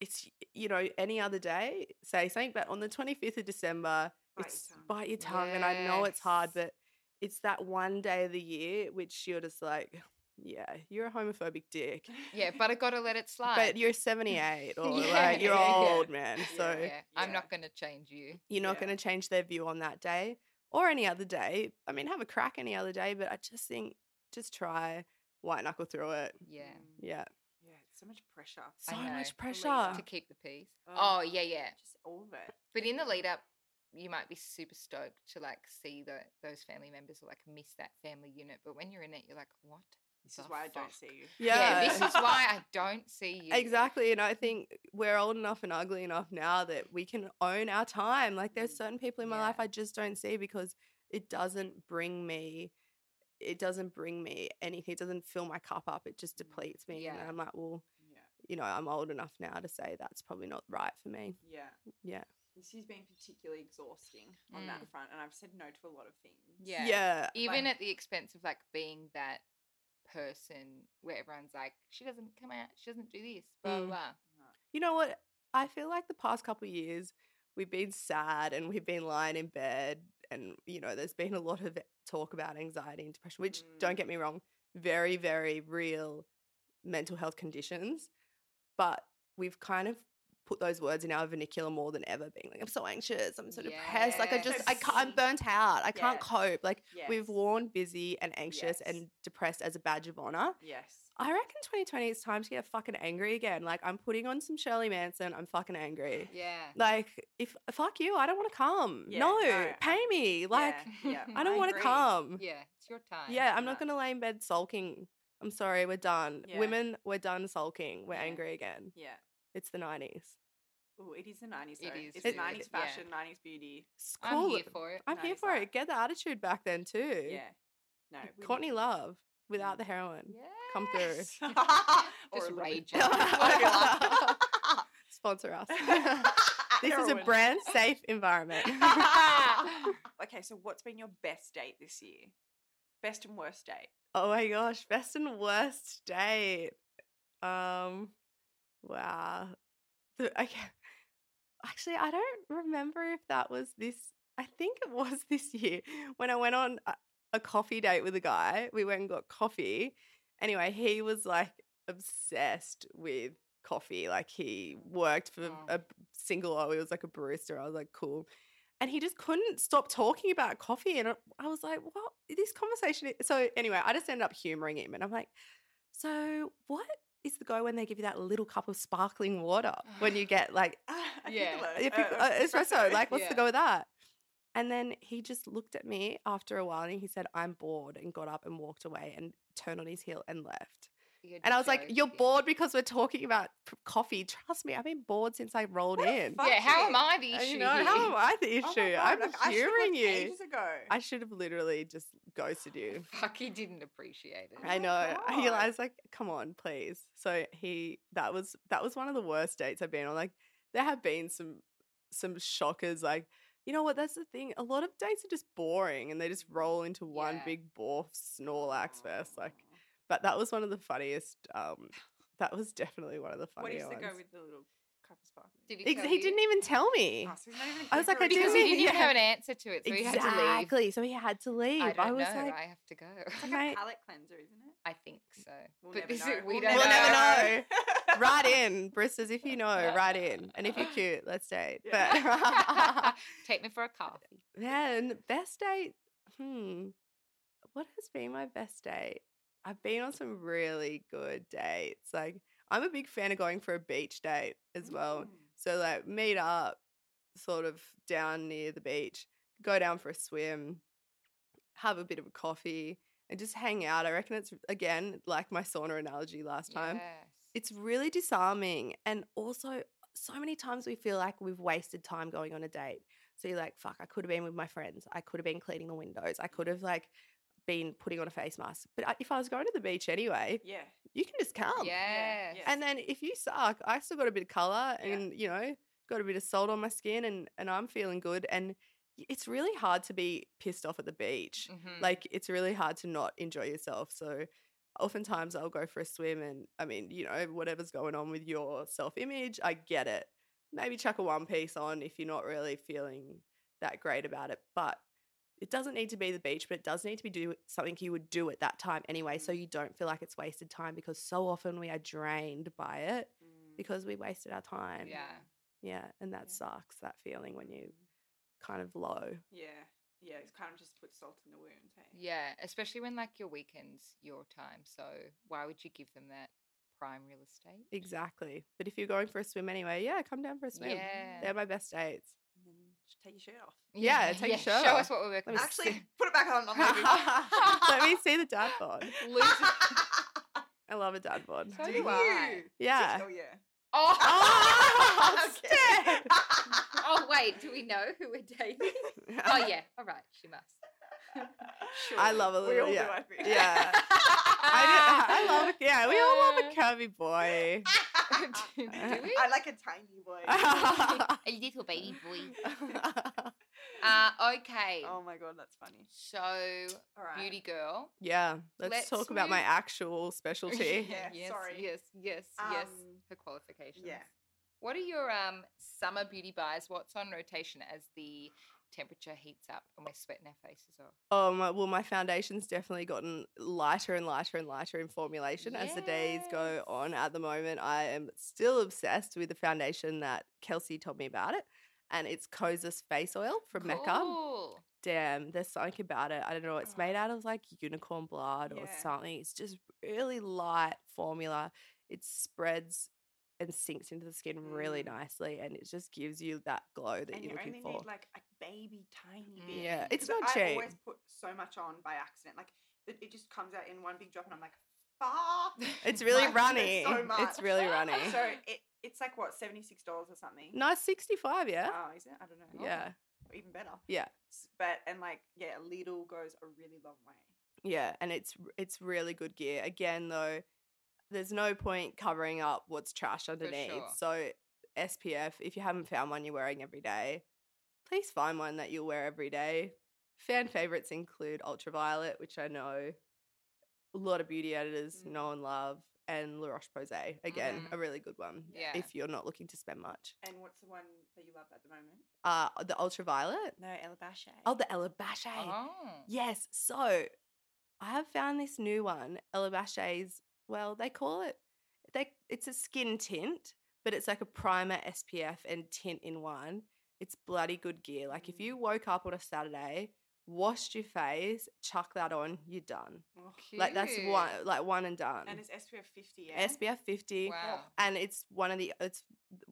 it's, you know, any other day, say something. But on the 25th of December,
Bite your
it's
tongue.
bite your tongue. And I know it's hard,
Yes.
but it's that one day of the year which you're just like, yeah, you're a homophobic dick
yeah but i gotta let it slide
but you're 78 or
Yeah,
like you're
yeah, yeah.
old man so
yeah. i'm
Yeah.
not gonna change you
you're not
Yeah.
going to change their view on that day or any other day i mean have a crack any other day but i just think just try white knuckle through it
yeah
Mm.
yeah
Yeah, it's so much pressure.
so
know.
Believe
much pressure
it.
to keep the peace
Ah. Oh.
oh yeah yeah
Just all of it.
But in the lead up, you might be super stoked to like see the, those family members or like miss that family unit. But when you're in it, you're like, what?
This
the
is why I don't
fuck?
see you.
Yeah,
yeah,
this is why I don't see you.
exactly and i think we're old enough and ugly enough now that we can own our time like there's
Mm.
certain people in my life
Yeah.
i just don't see because it doesn't bring me it doesn't bring me anything it doesn't fill my cup up it just
Mm.
depletes me
Yeah.
and i'm like well
Yeah.
you know, I'm old enough now to say that's probably not right for me.
Yeah.
Yeah.
This has been particularly exhausting on that front, and I've said no to a lot of things.
Mm. Yeah.
Yeah.
Even
Like-
at the expense of like being that person where everyone's like, she doesn't come out, she doesn't do this, blah, blah,
Mm.
blah.
You know what? I feel like the past couple of years we've been sad and we've been lying in bed and you know, there's been a lot of talk about anxiety and depression, which
Mm.
don't get me wrong, very, very real mental health conditions. But we've kind of put those words in our vernacular more than ever, being like, I'm so anxious, I'm so depressed. Like I just I can't I'm
Yes.
burnt out. I can't
Yes.
cope. Like
Yes.
we've worn busy and
Yes.
anxious and depressed as a badge of honor.
Yes.
I reckon 2020 it's time to get fucking angry again. Like I'm putting on some Shirley Manson. I'm fucking angry.
Yeah.
Like if fuck you, I don't want to come.
Yeah,
no,
no,
pay
I'm-
me. Like
yeah,
I
I don't want to
agree.
come. Yeah,
Yeah. It's your time.
I'm not
no.
gonna lay in bed sulking. I'm sorry, we're done.
Yeah.
Women, we're done sulking. We're
Yeah.
angry again.
Yeah.
It's the 90s.
Oh, it is the nineties.
It
Though.
is
It's
the
nineties
90s, yeah.
fashion, nineties beauty.
It's
I'm
cool.
here for it.
I'm here
90s
for
life.
it. Get the attitude back then too.
Yeah. No. we
Courtney
need-
Love
Mm.
without the heroin.
Yeah.
Come through.
or
Just
a little bit-
rage.
Sponsor us. this is a
Heroin.
brand safe environment.
okay, so what's been your best date this year? Best and worst date.
Oh my gosh, best and worst date. Um, wow. The- Okay. Actually, I don't remember if that was this. I think it was this year when I went on a, a coffee date with a guy. We went and got coffee. Anyway, he was like obsessed with coffee. Like he worked for
Wow.
a single O. He was like a barista. I was like, cool and he just couldn't stop talking about coffee. And I- I was like, what? This conversation. Is... So, anyway, I just ended up humoring him. And I'm like, so what is the go when they give you that little cup of sparkling water when you get like
Ah, a
Yeah.
piccolo,
a
uh,
pic-
uh,
uh, espresso? Like, what's
Yeah.
the go with that? And then he just looked at me after a while and he said, I'm bored, and got up and walked away and turned on his heel and left.
You're
And I was like, "You're
joking.
bored because we're talking about p- coffee. Trust me, I've been bored since I rolled
What a
in.
fuck
Yeah, how am
you.
I the
Uh,
issue?
you know,
here?
how am I the issue?
Oh my
I'm
God, like, I should've
hearing
left
you.
Ages ago.
I should have literally just ghosted you.
Fuck, he didn't appreciate it.
Oh my
I know. I
God.
was like, come on, please. So he that was that was one of the worst dates I've been on. Like there have been some some shockers. Like you know what? That's the thing. A lot of dates are just boring, and they just roll into one
Yeah.
big bore Snorlax fest. Like, but that was one of the funniest. Um, that was definitely one of the
what is
funnier
the
ones.
go with the little cup of sparkling?
Did
Ex-
tell
he
you?
didn't even tell me.
Oh, so he's not even
I was like,
good for
I
a
because
joke.
didn't-
he didn't
yeah.
have an answer to it, so he had to leave.
exactly. So he had to leave.
I
I,
don't
was
know.
like,
I have to go.
It's like
mate.
a palate cleanser, isn't it?
I think so.
We'll
but
never
is
know.
it, we
We'll
don't
never
know.
know. right in, Bristers. If you know, right in. And if you're cute, let's date. But
Take me for a coffee.
then best date. Hmm. What has been my best date? I've been on some really good dates. Like I'm a big fan of going for a beach date as well.
Mm.
So like meet up sort of down near the beach, go down for a swim, have a bit of a coffee and just hang out. I reckon it's again like my sauna analogy last time
Yes.
it's really disarming and also so many times we feel like we've wasted time going on a date so you're like fuck i could have been with my friends i could have been cleaning the windows i could have like been putting on a face mask but I- if i was going to the beach anyway
Yeah.
you can just come
Yes.
yeah.
and then if you suck i still got a bit of color
Yeah.
and you know got a bit of salt on my skin and and i'm feeling good and y- it's really hard to be pissed off at the beach
Mhm.
like it's really hard to not enjoy yourself so oftentimes i'll go for a swim and i mean you know whatever's going on with your self-image i get it maybe chuck a one piece on if you're not really feeling that great about it but it doesn't need to be the beach but it does need to be do something you would do at that time anyway so you don't feel like it's wasted time because so often we are drained by it
Mm.
because we wasted our time
Yeah.
Yeah, and that
Yeah.
sucks that feeling when you
Mm.
kind of low
Yeah. Yeah. It's kind of just put salt in the wound. Hey?
Yeah, especially when like your weekends your time. So why would you give them that prime real estate?
exactly but if you're going for a swim anyway yeah come down for a swim
Yeah.
They're my best dates.
And then just take your shirt off.
Yeah, take your shirt
Show us
off.
what we're working
me
with.
Actually, put it back on. I'm leaving.
Let me see the dad bod.
Lose-
I love a dad bod.
So
Do
do I.
you?
Yeah.
Oh yeah.
Oh,
Oh,
Okay.
Steph.
oh, wait, do we know who we're dating? Oh yeah, all right, she must.
I love a
we all
little.
do,
Yeah.
I think.
Yeah. I, do, I love. a- Yeah, we all love a curvy boy.
do, do we?
I like a tiny boy.
a little baby boy. Uh, okay,
oh my god, that's funny.
so
All right.
beauty girl.
yeah. Let's,
Let's
talk about my
move-
actual specialty.
Yeah,
yes,
sorry.
yes, yes, yes.
Um,
Her qualifications. What are your um summer beauty buys? What's on rotation as the temperature heats up and we're sweating our faces off?
Oh my, well, my foundation's definitely gotten lighter and lighter and lighter in formulation as the days go
Yes.
on. At the moment, I am still obsessed with the foundation that Kelsey told me about it, and it's Koza's face oil from Mecca.
Cool.
Damn, there's something about it. I don't know. It's
Oh.
made out of like unicorn blood or
Yeah.
something. It's just really light formula. It spreads and sinks into the skin really
Mm.
nicely, and it just gives you that glow that
and you
you're
only
looking for.
need like a baby tiny bit.
yeah, it's
'Cause
not
I
cheap.
always put so much on by accident. Like it, it just comes out in one big drop, and I'm like, fuck.
It's really
Like,
runny.
there's so
it's
much.
really runny.
so it, it's like what seventy six dollars or something.
No, 65, yeah.
Oh, is it? I don't know.
Yeah.
Oh, even better.
Yeah.
S- But and like yeah, a little goes a really long way.
Yeah, and it's it's really good gear. Again though, there's no point covering up what's trash underneath.
sure.
So SPF, if you haven't found one you're wearing every day, please find one that you'll wear every day. Fan favorites include Ultraviolet, which I know a lot of beauty editors
Mm.
know and love, and La Roche Posay. Again,
Mhm.
a really good one
Yeah.
if you're not looking to spend much.
And what's the one that you love at the moment?
Uh, the Ultraviolet.
No, Elabache.
Oh, the Elabache.
Oh.
Yes. So I have found this new one, Elabache's. Well, they call it they. It's a skin tint, but it's like a primer, SPF, and tint in one. It's bloody good gear. Like if
Mm.
you woke up on a Saturday, washed your face, chuck that on, you're done.
Oh,
Like that's one,
Cute.
like one and done.
and it's SPF fifty. Yeah?
SPF fifty
Wow.
and it's one of the it's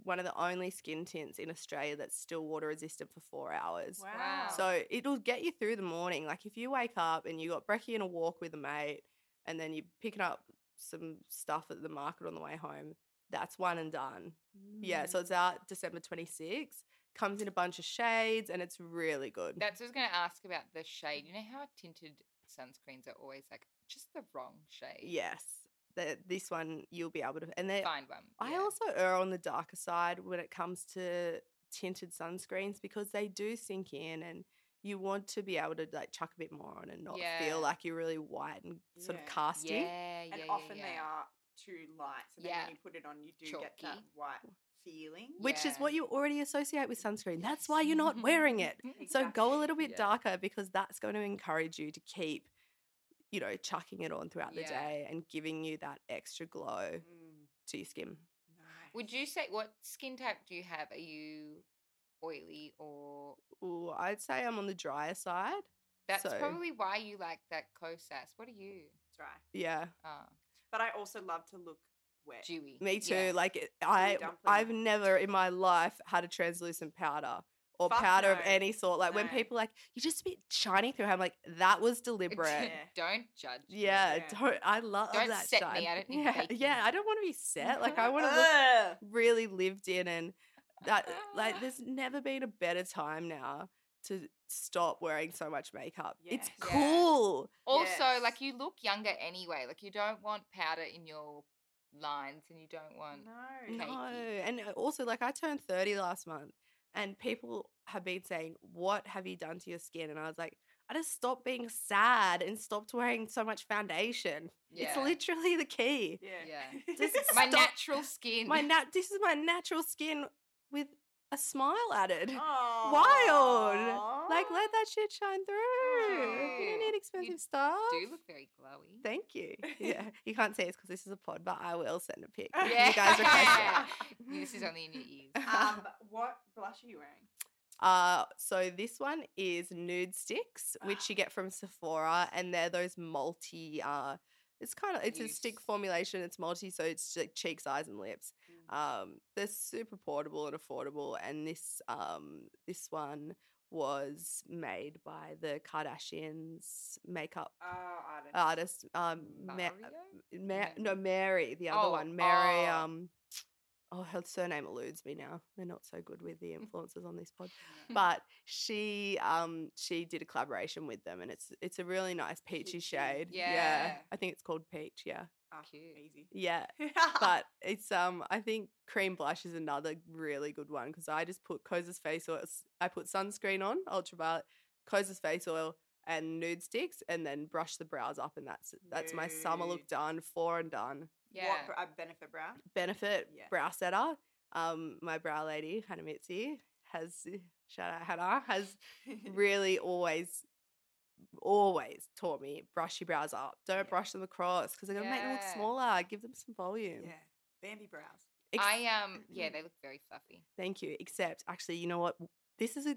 one of the only skin tints in Australia that's still water resistant for four hours.
Wow.
Oh.
So it'll get you through the morning. Like if you wake up and you got brekkie and a walk with a mate, and then you're picking up some stuff at the market on the way home. That's one and done. Yeah,
Mm.
so it's out December 26th. Comes in a bunch of shades and it's really good.
That's what I was going to ask about the shade. You know how tinted sunscreens are always like just the wrong shade.
yes. The, this one you'll be able to and they
Find one.
I
yeah.
also err on the darker side when it comes to tinted sunscreens because they do sink in and you want to be able to like chuck a bit more on and not
Yeah.
feel like you're really white and sort
Yeah.
of casting.
Yeah, yeah.
and
yeah,
often they
yeah.
are too light. So then
Yeah.
when you put it on, you do get that
Chalky.
white feeling.
Which is
Yeah.
what you already associate with sunscreen. That's why you're not wearing it. So go a
Mm-hmm. Exactly.
little bit
Yeah.
darker because that's going to encourage you to keep, you know, chucking it on throughout the
Yeah.
day and giving you that extra glow
Mm,
to your skin.
nice.
Would you say what skin type do you have? Are you oily or
Ooh, I'd say I'm on the drier side.
that's
So-
probably why you like that COSAS. What are you?
dry?
Yeah.
Uh,
But I also love to look wet.
dewy.
Eh, Me too.
Yeah.
Like it- I,
dumpling.
I've never in my life had a translucent powder or
Fuck
powder of
no.
any sort. Like when
No.
people are like you're just a bit shiny through. I'm like that was deliberate.
Yeah.
don't judge. me.
yeah,
Yeah.
don't. I love
Don't
that
set me,
shine.
I don't need
yeah, yeah.
baking.
I don't want to be set. Like I want to look
Ugh.
really lived in and that. Like there's never been a better time now to stop wearing so much makeup. It's
Yes.
Yeah.
cool.
Also,
Yes.
like you look younger anyway. Like you don't want powder in your lines, and you don't want.
No.
Cakey.
No, and uh, also like I turned 30 last month and people have been saying, "What have you done to your skin?" and I was like, "I just stopped being sad and stopped wearing so much foundation. It's
Yeah.
literally the key.
Yeah.
Yeah.
This is
my
stop-
natural skin.
My nat this is my natural skin with a smile added.
Aw.
Like let that shit shine through. You don't
Aw.
need
You
expensive stuff.
do look very glowy.
Thank you. Yeah, you can't see it because this is a pod, but I will send a pic. if
Yeah.
You guys request it.
this is only in your ears.
um, what blush are you wearing?
Uh, so this one is nude sticks, which you get from Sephora, and they're those multi. Uh, it's kind of it's a stick
Use.
formulation. It's multi, so it's like cheeks, eyes, and lips.
Mm.
Um, they're super portable and affordable. And this um this one was made by the Kardashians makeup
Oh, artist.
artist. Um, Ma-
Mario?
Ma-
Mary?
no Mary, the other
Oh,
one, Mary.
oh.
Um, oh, her surname eludes me now. We're not so good with the influences on this pod but she um she did a collaboration with them and it's it's a really nice peachy
Peachy,
shade.
yeah.
I think it's called peach, yeah.
Oh,
Cute.
Easy.
Yeah. But it's um I think cream blush is another really good one because I just put Koza's face oil s- I put sunscreen on, ultraviolet, Koza's face oil and nude sticks and then brush the brows up and that's that's my summer look
Nude.
done, for and done.
Yeah.
What br- a benefit brow?
Benefit
Yeah.
brow setter. Um my brow lady, Hannah Mitzi, has eh, shout out Hannah, has really always always taught me brush your brows up don't
Yeah.
brush them across because they're going to make them look
Yeah.
smaller give them some volume
yeah. Bambi brows.
Ex- Mm-hmm.
I um yeah, they look very fluffy.
thank you except actually you know what this is a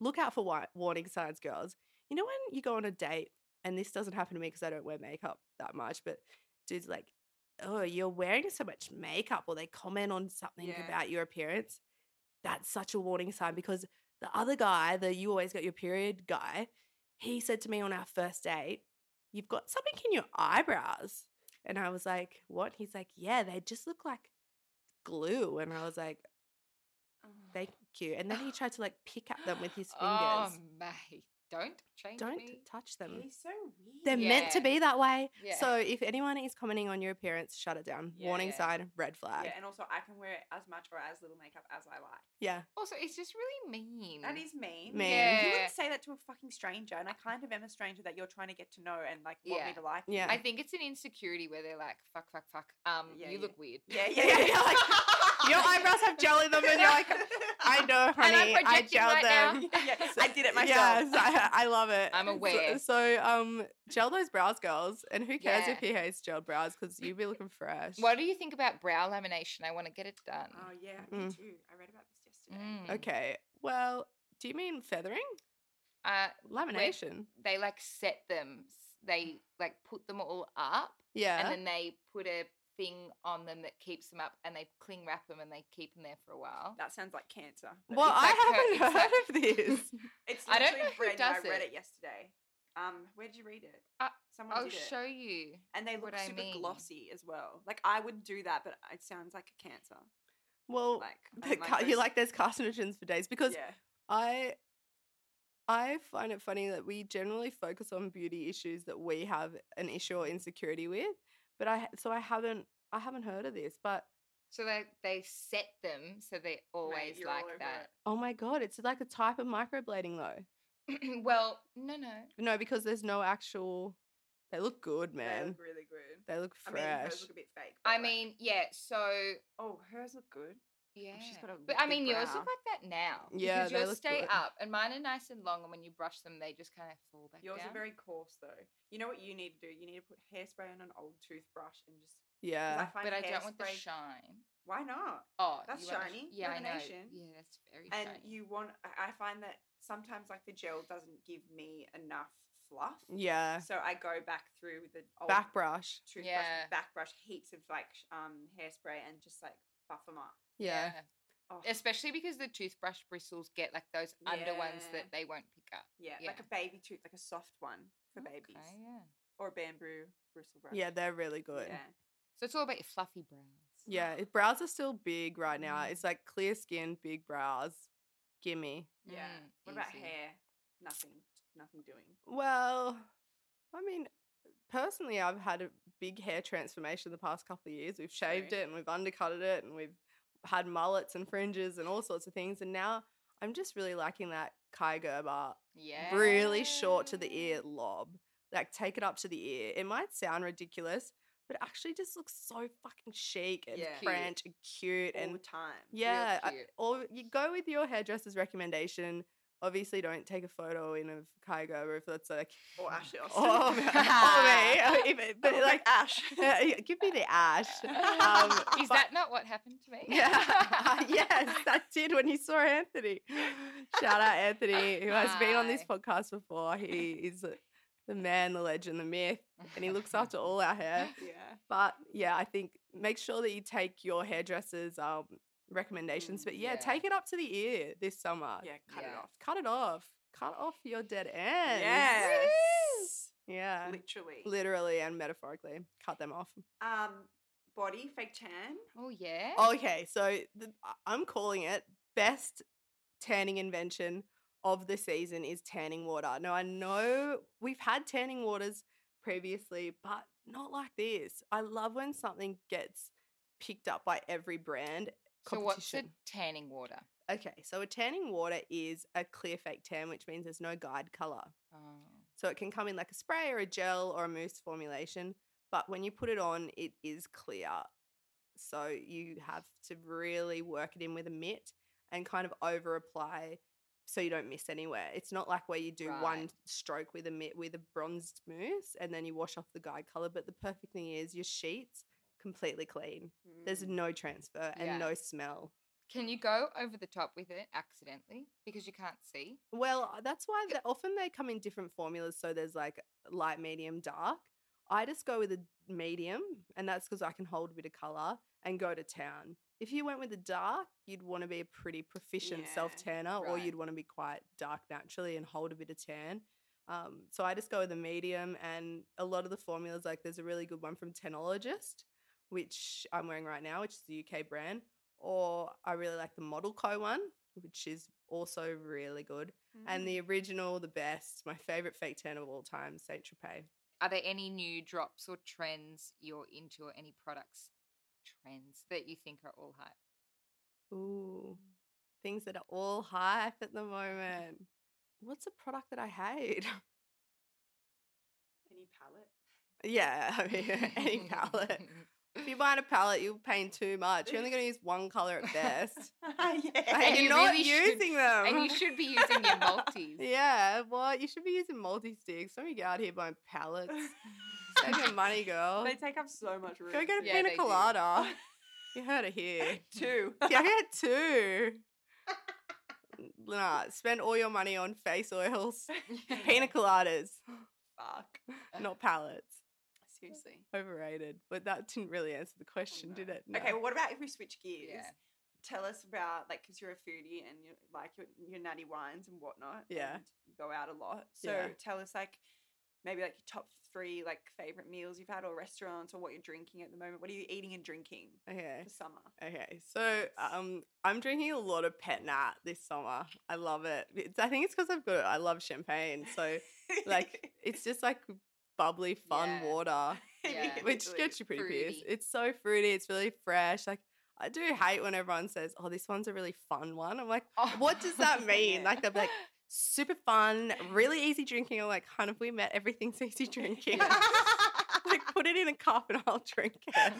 look out for wi- warning signs girls you know when you go on a date and this doesn't happen to me because i don't wear makeup that much but dudes are like oh you're wearing so much makeup or they comment on something
Yeah.
about your appearance that's such a warning sign because the other guy the you always got your period guy he said to me on our first date you've got something in your eyebrows and i was like what he's like yeah they just look like glue and i was like
Oh,
thank you and then he tried to like pick at them with his fingers
Oh mate. Don't change
don't
me.
touch them
He's so weird.
they're meant to
Yeah.
be that way.
Yeah.
So if anyone is commenting on your appearance, shut it down. Warning
Yeah.
sign, red flag.
Yeah, and also I can wear as much or as little makeup as I like.
Yeah.
Also, it's just really mean.
That is mean.
Mean.
Mm, You
Yeah.
wouldn't say that to a fucking stranger, and I kind of am a stranger that you're trying to get to know and like want
Yeah.
me to like.
Yeah.
I think it's an insecurity where they're like, fuck, fuck, fuck. Um,
Yeah,
you
yeah.
look weird.
Yeah, yeah, yeah.
You're like, Your eyebrows have gel in them, and you're like, I know, honey, I
projecting
gelled
right now.
them.
yeah, I did it myself.
Yes, I, I love it.
I'm
So-
aware.
So, um, gel those brows, girls, and who cares
Yeah.
if he hates gelled brows because you be looking fresh.
What do you think about brow lamination? I want to get it done.
Oh yeah, me
Mm.
too. I read about this yesterday.
Mm.
Okay. Well, do you mean feathering,
Uh,
lamination?
they like set them. s- They like put them all up,
Yeah.
and then they put a thing on them that keeps them up, and they cling wrap them, and they keep them there for a while.
That sounds like cancer. but
well,
it's like her-
I haven't
it's
heard of this.
It's
I don't
literally
know who
bread. and I
does
read
it.
it yesterday. Um, where did you read it?
Uh,
Someone
I'll
did it.
show you.
and they
what
look
I
super
mean.
glossy as well. Like I would do that, but it sounds like a cancer.
Oh,
Well,
Like I
the
don't
ca-
those-
you like there's carcinogens for days because
Oh yeah,
I I find it funny that we generally focus on beauty issues that we have an issue or insecurity with, but I ha- so I haven't I haven't heard of this, but
So they they set them so they always
you're all
like
over
that.
oh my god, it's like a type of microblading though.
well, no, no.
No, because there's no actual. They look good,
They look
man.
really good.
They look
I
fresh.
mean, hers look a bit fake. but,
I
like-
mean, yeah. So
oh, hers look good.
yeah,
she's got a
but I
big
mean, yours look
brow.
like that now.
Yeah,
because
they
yours
look
stay
good.
up, and mine are nice and long. And when you brush them, they just kind of fall back
Yours
down.
are very coarse though. You know what you need to do? You need to put hairspray on an old toothbrush and just. 'cause
yeah,
I find
but I don't want the
hairspray-
shine.
Why not?
Oh,
That's
you want the sh-
shiny,
Yeah, I know.
illumination.
Yeah, that's very
And
shiny.
you want. I- I find that sometimes like the gel doesn't give me enough fluff.
yeah.
So I go back through with the old
Back brush.
toothbrush,
Yeah.
back brush, heaps of like sh- um hairspray, and just like buff them up.
Yeah.
Oh,
Especially because the toothbrush bristles get like those under ones
Yeah.
that they won't pick up.
yeah,
yeah.
like a baby tooth, like a soft one for babies,
Okay, yeah.
or a bamboo bristle brush.
Yeah, they're really good.
Yeah. Uh-huh.
Yeah.
So it's all about your fluffy brows.
it- brows are still big right now.
Mm-hmm.
Mm.
It's like clear skin, big brows. Gimme.
Yeah.
Mm,
what about
easy.
hair? Nothing. Nothing doing.
Well, I mean, personally, I've had a big hair transformation the past couple of years. We've shaved
True.
it and we've undercutted it and we've had mullets and fringes and all sorts of things. And now I'm just really liking that Kai Gerber
Yeah.
really short to the ear lob. Like take it up to the ear. It might sound ridiculous, but it actually just looks so fucking chic and
Yeah.
Cute.
French and cute
All the
and
time.
Real
yeah. I-
cute.
or you go with your hairdresser's recommendation. Obviously, don't take a photo in of Kai Gerber if that's like
Or Ashley Austin.
oh, me, oh, me. If it- but
like
like
Ash.
yeah, give me the ash.
Um, is
but-
that not what happened to me?
Yeah, yes, that did when he saw Anthony. Shout out Anthony, who has been on this
Hi.
podcast before. He is the man, the legend, the myth, and he looks after all our hair.
yeah.
But yeah, I think make sure that you take your hairdresser's um, recommendations.
Mm,
but yeah,
yeah.
take it up to the ear this summer.
Yeah. Cut it
Yeah.
off.
Cut it off. Cut off your dead ends.
Yes.
Yeah.
Literally.
Literally and metaphorically. Cut them off.
um, body fake tan.
Oh yeah.
Okay, so the, I- I'm calling it best tanning invention of the season is tanning water. Now I know we've had tanning waters previously, but not like this. I love when something gets picked up by every brand.
so what's the
competition.
tanning water?
Okay, so a tanning water is a clear fake tan, which means there's no guide color.
Oh.
So it can come in like a spray or a gel or a mousse formulation, but when you put it on, it is clear. So you have to really work it in with a mitt and kind of over apply so you don't miss anywhere. It's not like where you do one
Right.
stroke with a mitt with a bronzed mousse and then you wash off the guide color. But the perfect thing is your sheets completely clean. There's
Mm.
no transfer and
Yeah.
no smell.
Can you go over the top with it accidentally because you can't see?
Well, uh, that's why they, often they come in different formulas. So there's like light, medium, dark. I just go with a medium, and that's because I can hold a bit of color and go to town. If you went with the dark, you'd want to be a pretty proficient
Yeah,
self tanner, or
right.
you'd want to be quite dark naturally and hold a bit of tan. Um, so I just go with a medium, and a lot of the formulas, like there's a really good one from Tenologist, which I'm wearing right now, which is the UK brand, or I really like the Model Co one, which is also really good and the original, the best, my favorite fake tan of all time, Saint Tropez.
Are there any new drops or trends you're into, or any products trends that you think are all hype?
Ooh, things that are all hype at the moment. What's a product that I hate?
any palette.
yeah, I mean, any palette. If you buy a palette, you're paying too much. You're only going to use one color at best,
yeah.
and,
And you
you're not
really should-
using them.
and you should be using your multis.
yeah, well, you should be using multi sticks. Don't be out here buying palettes. Save your money, girl.
they take up so much room.
Go get a
Yeah, they
pina
do.
colada. You heard it here.
two.
Yeah, I had two. nah, spend all your money on face oils, pina coladas,
Fuck.
not palettes.
Seriously.
Overrated. But that didn't really answer the question, did it?
Okay,
No.
well, what about if we switch gears?
Yeah.
Tell us about like because you're a foodie and you like your your natty wines and whatnot.
Yeah.
and you go out a lot. So
Yeah.
tell us like maybe like your top three like favorite meals you've had or restaurants or what you're drinking at the moment. What are you eating and drinking
Okay.
for summer?
Okay, so
Nice.
um, I'm drinking a lot of pet nat this summer. I love it. It's, I think it's because I've got I love champagne, so like it's just like bubbly, fun
Yeah.
water,
Yeah.
which
Literally.
gets you pretty pissed.
Fruity.
It's so fruity. It's really fresh. Like I do hate when everyone says, "Oh, this one's a really fun one." I'm like,
Oh.
what does that mean?
Yeah.
Like they'll be like, super fun, really easy drinking. I'm like, hun, if we met, everything's easy drinking. like put it in a cup and I'll drink it.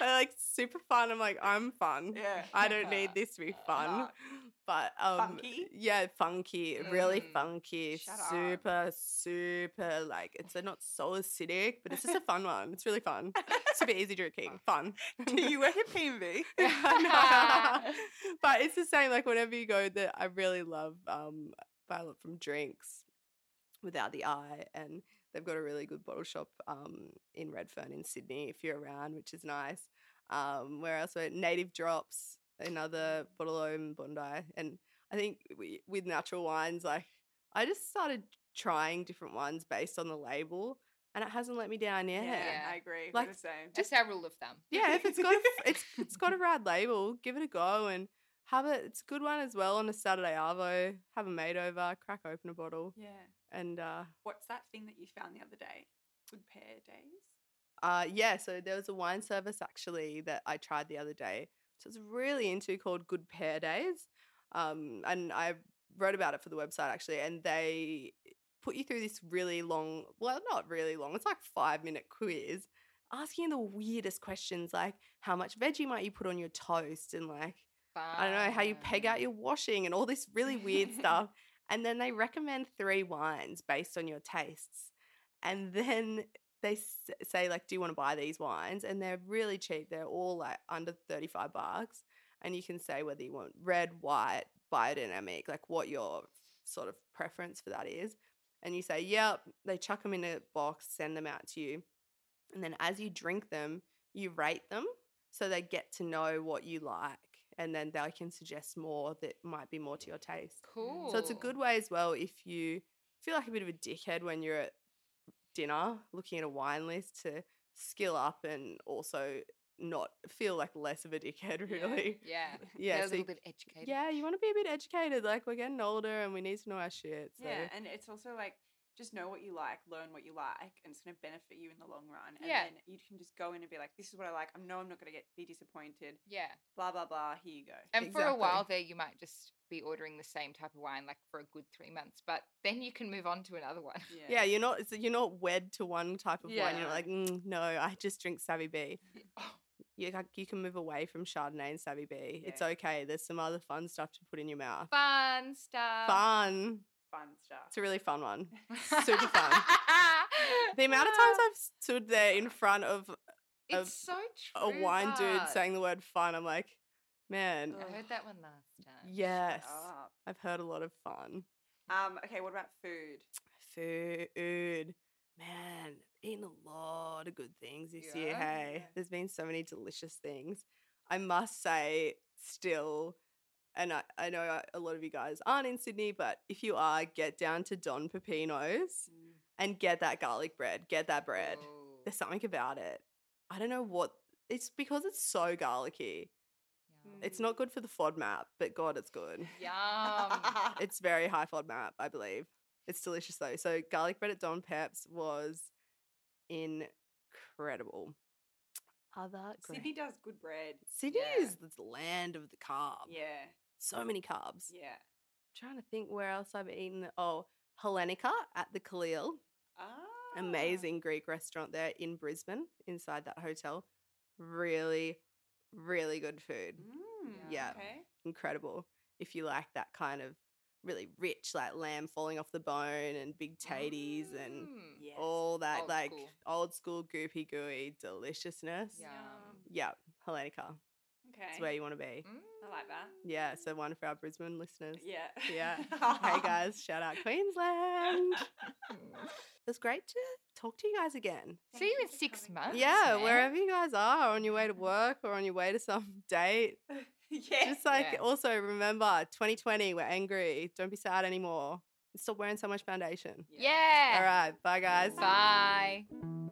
They're like super fun. I'm like, I'm fun.
yeah.
I don't need this to be fun.
Nah.
But um
Funky?
yeah, funky, really
Mm.
funky,
Shut up.
super, super like it's not so acidic, but it's just a fun one. It's really fun. Super easy drinking. Fun.
Do you work at PMV?
but it's the same, like whenever you go that I really love um Violet from Drinks without the eye and they've got a really good bottle shop um in Redfern in Sydney if you're around, which is nice. Um where else were native drops, another bottle ohm Bondi and I think we, with natural wines like I just started trying different wines based on the label and it hasn't let me down yet.
Yeah.
I agree. Like,
Like,
the same.
That's our rule of thumb.
Yeah, if it's got a, f- it's it's got a rad label, give it a go and have it. It's a good one as well on a Saturday arvo. Have a made over, crack open a bottle,
yeah.
and uh,
What's that thing that you found the other day? Good pair days.
uh, yeah. So there was a wine service actually that I tried the other day. So I was really into called Good Pair Days, um, and I wrote about it for the website actually, and they put you through this really long, well, not really long. It's like five minute quiz, asking the weirdest questions like how much veggie might you put on your toast and like I don't know how you peg out your washing and all this really weird stuff. And then they recommend three wines based on your tastes. And then they s- say like, "Do you want to buy these wines?" And they're really cheap. They're all like under thirty-five bucks, and you can say whether you want red, white, biodynamic, like what your sort of preference for that is. And you say, "Yep." They chuck them in a box, send them out to you, and then as you drink them, you rate them so they get to know what you like and then they can suggest more that might be more to your taste
Cool.
so it's a good way as well if you feel like a bit of a dickhead when you're at dinner looking at a wine list to skill up and also not feel like less of a dickhead
Yeah.
really
Yeah.
yeah
They're a
so
little
you,
bit educated.
yeah you want to be a bit educated like we're getting older and we need to know our shit so
Yeah, and it's also like just know what you like, learn what you like, and it's going to benefit you in the long run. And
Yeah.
then you can just go in and be like, "This is what I like. I know I'm not going to get be disappointed."
Yeah.
Blah blah blah. Here you go.
And for a
Exactly.
while there, you might just be ordering the same type of wine, like for a good three months, but then you can move on to another one.
yeah, you're not so you're not wed to one type of wine. You're
Yeah.
not like, "Mm, no, I just drink Savvy B.
Oh.
You ca- you can move away from Chardonnay and Savvy B. It's
Yeah.
okay. There's some other fun stuff to put in your mouth.
Fun stuff.
Fun.
fun stuff.
It's a really fun one. super fun. The amount of
Yeah.
times I've stood there in front of a-
It's so
a
true.
wine dude
that.
saying the word fun, I'm like, man,
Ugh.
I heard that one last time.
yes,
Up.
I've heard a lot of fun.
Um. Okay. What about food?
Food, man, eating a lot of good things this year.
Yeah.
Hey,
Yeah.
there's been so many delicious things. I must say, still, and I, I know I- a lot of you guys aren't in Sydney, but if you are, get down to Don Pepino's
Mm.
and get that garlic bread. Get that bread.
Oh.
Ooh,
There's something about it. I don't know what. It's because it's so garlicky.
yum.
It's
Mm.
not good for the FODMAP, but God, it's good.
Yum.
Um, It's very high FODMAP, I believe. It's delicious though. So garlic bread at Don Peps was incredible. Other Oh, great.
Sydney does good bread.
Sydney
yeah.
is the land of the carb.
Yeah.
So many carbs.
Yeah.
trying to think where else I've eaten. Oh, Hellenica at the Khalil.
Ah.
amazing Greek restaurant there in Brisbane, inside that hotel. Really, really good food.
Mm,
Yeah.
Okay.
Incredible. If you like that kind of really rich, like lamb falling off the bone and big taties and
Mm.
Yes.
all that
Old
like
school.
old school goopy gooey deliciousness.
Yeah. Yum.
Yeah, Hellenica.
Okay.
It's where you want to
Mm.
be.
I like that.
Yeah, so one for our Brisbane listeners.
Yeah.
Yeah. hey guys, shout out Queensland.
Mm.
It's great to talk to you guys again.
See you in
Thank for
six
coming.
months.
Yeah,
man.
wherever you guys are, on your
Mm-hmm.
way to work or on your way to some date.
yeah.
Just like
Yeah.
also remember 2020, we're angry. Don't be sad anymore. I'm still wearing so much foundation.
Yeah.
All right. Bye, guys.
Bye.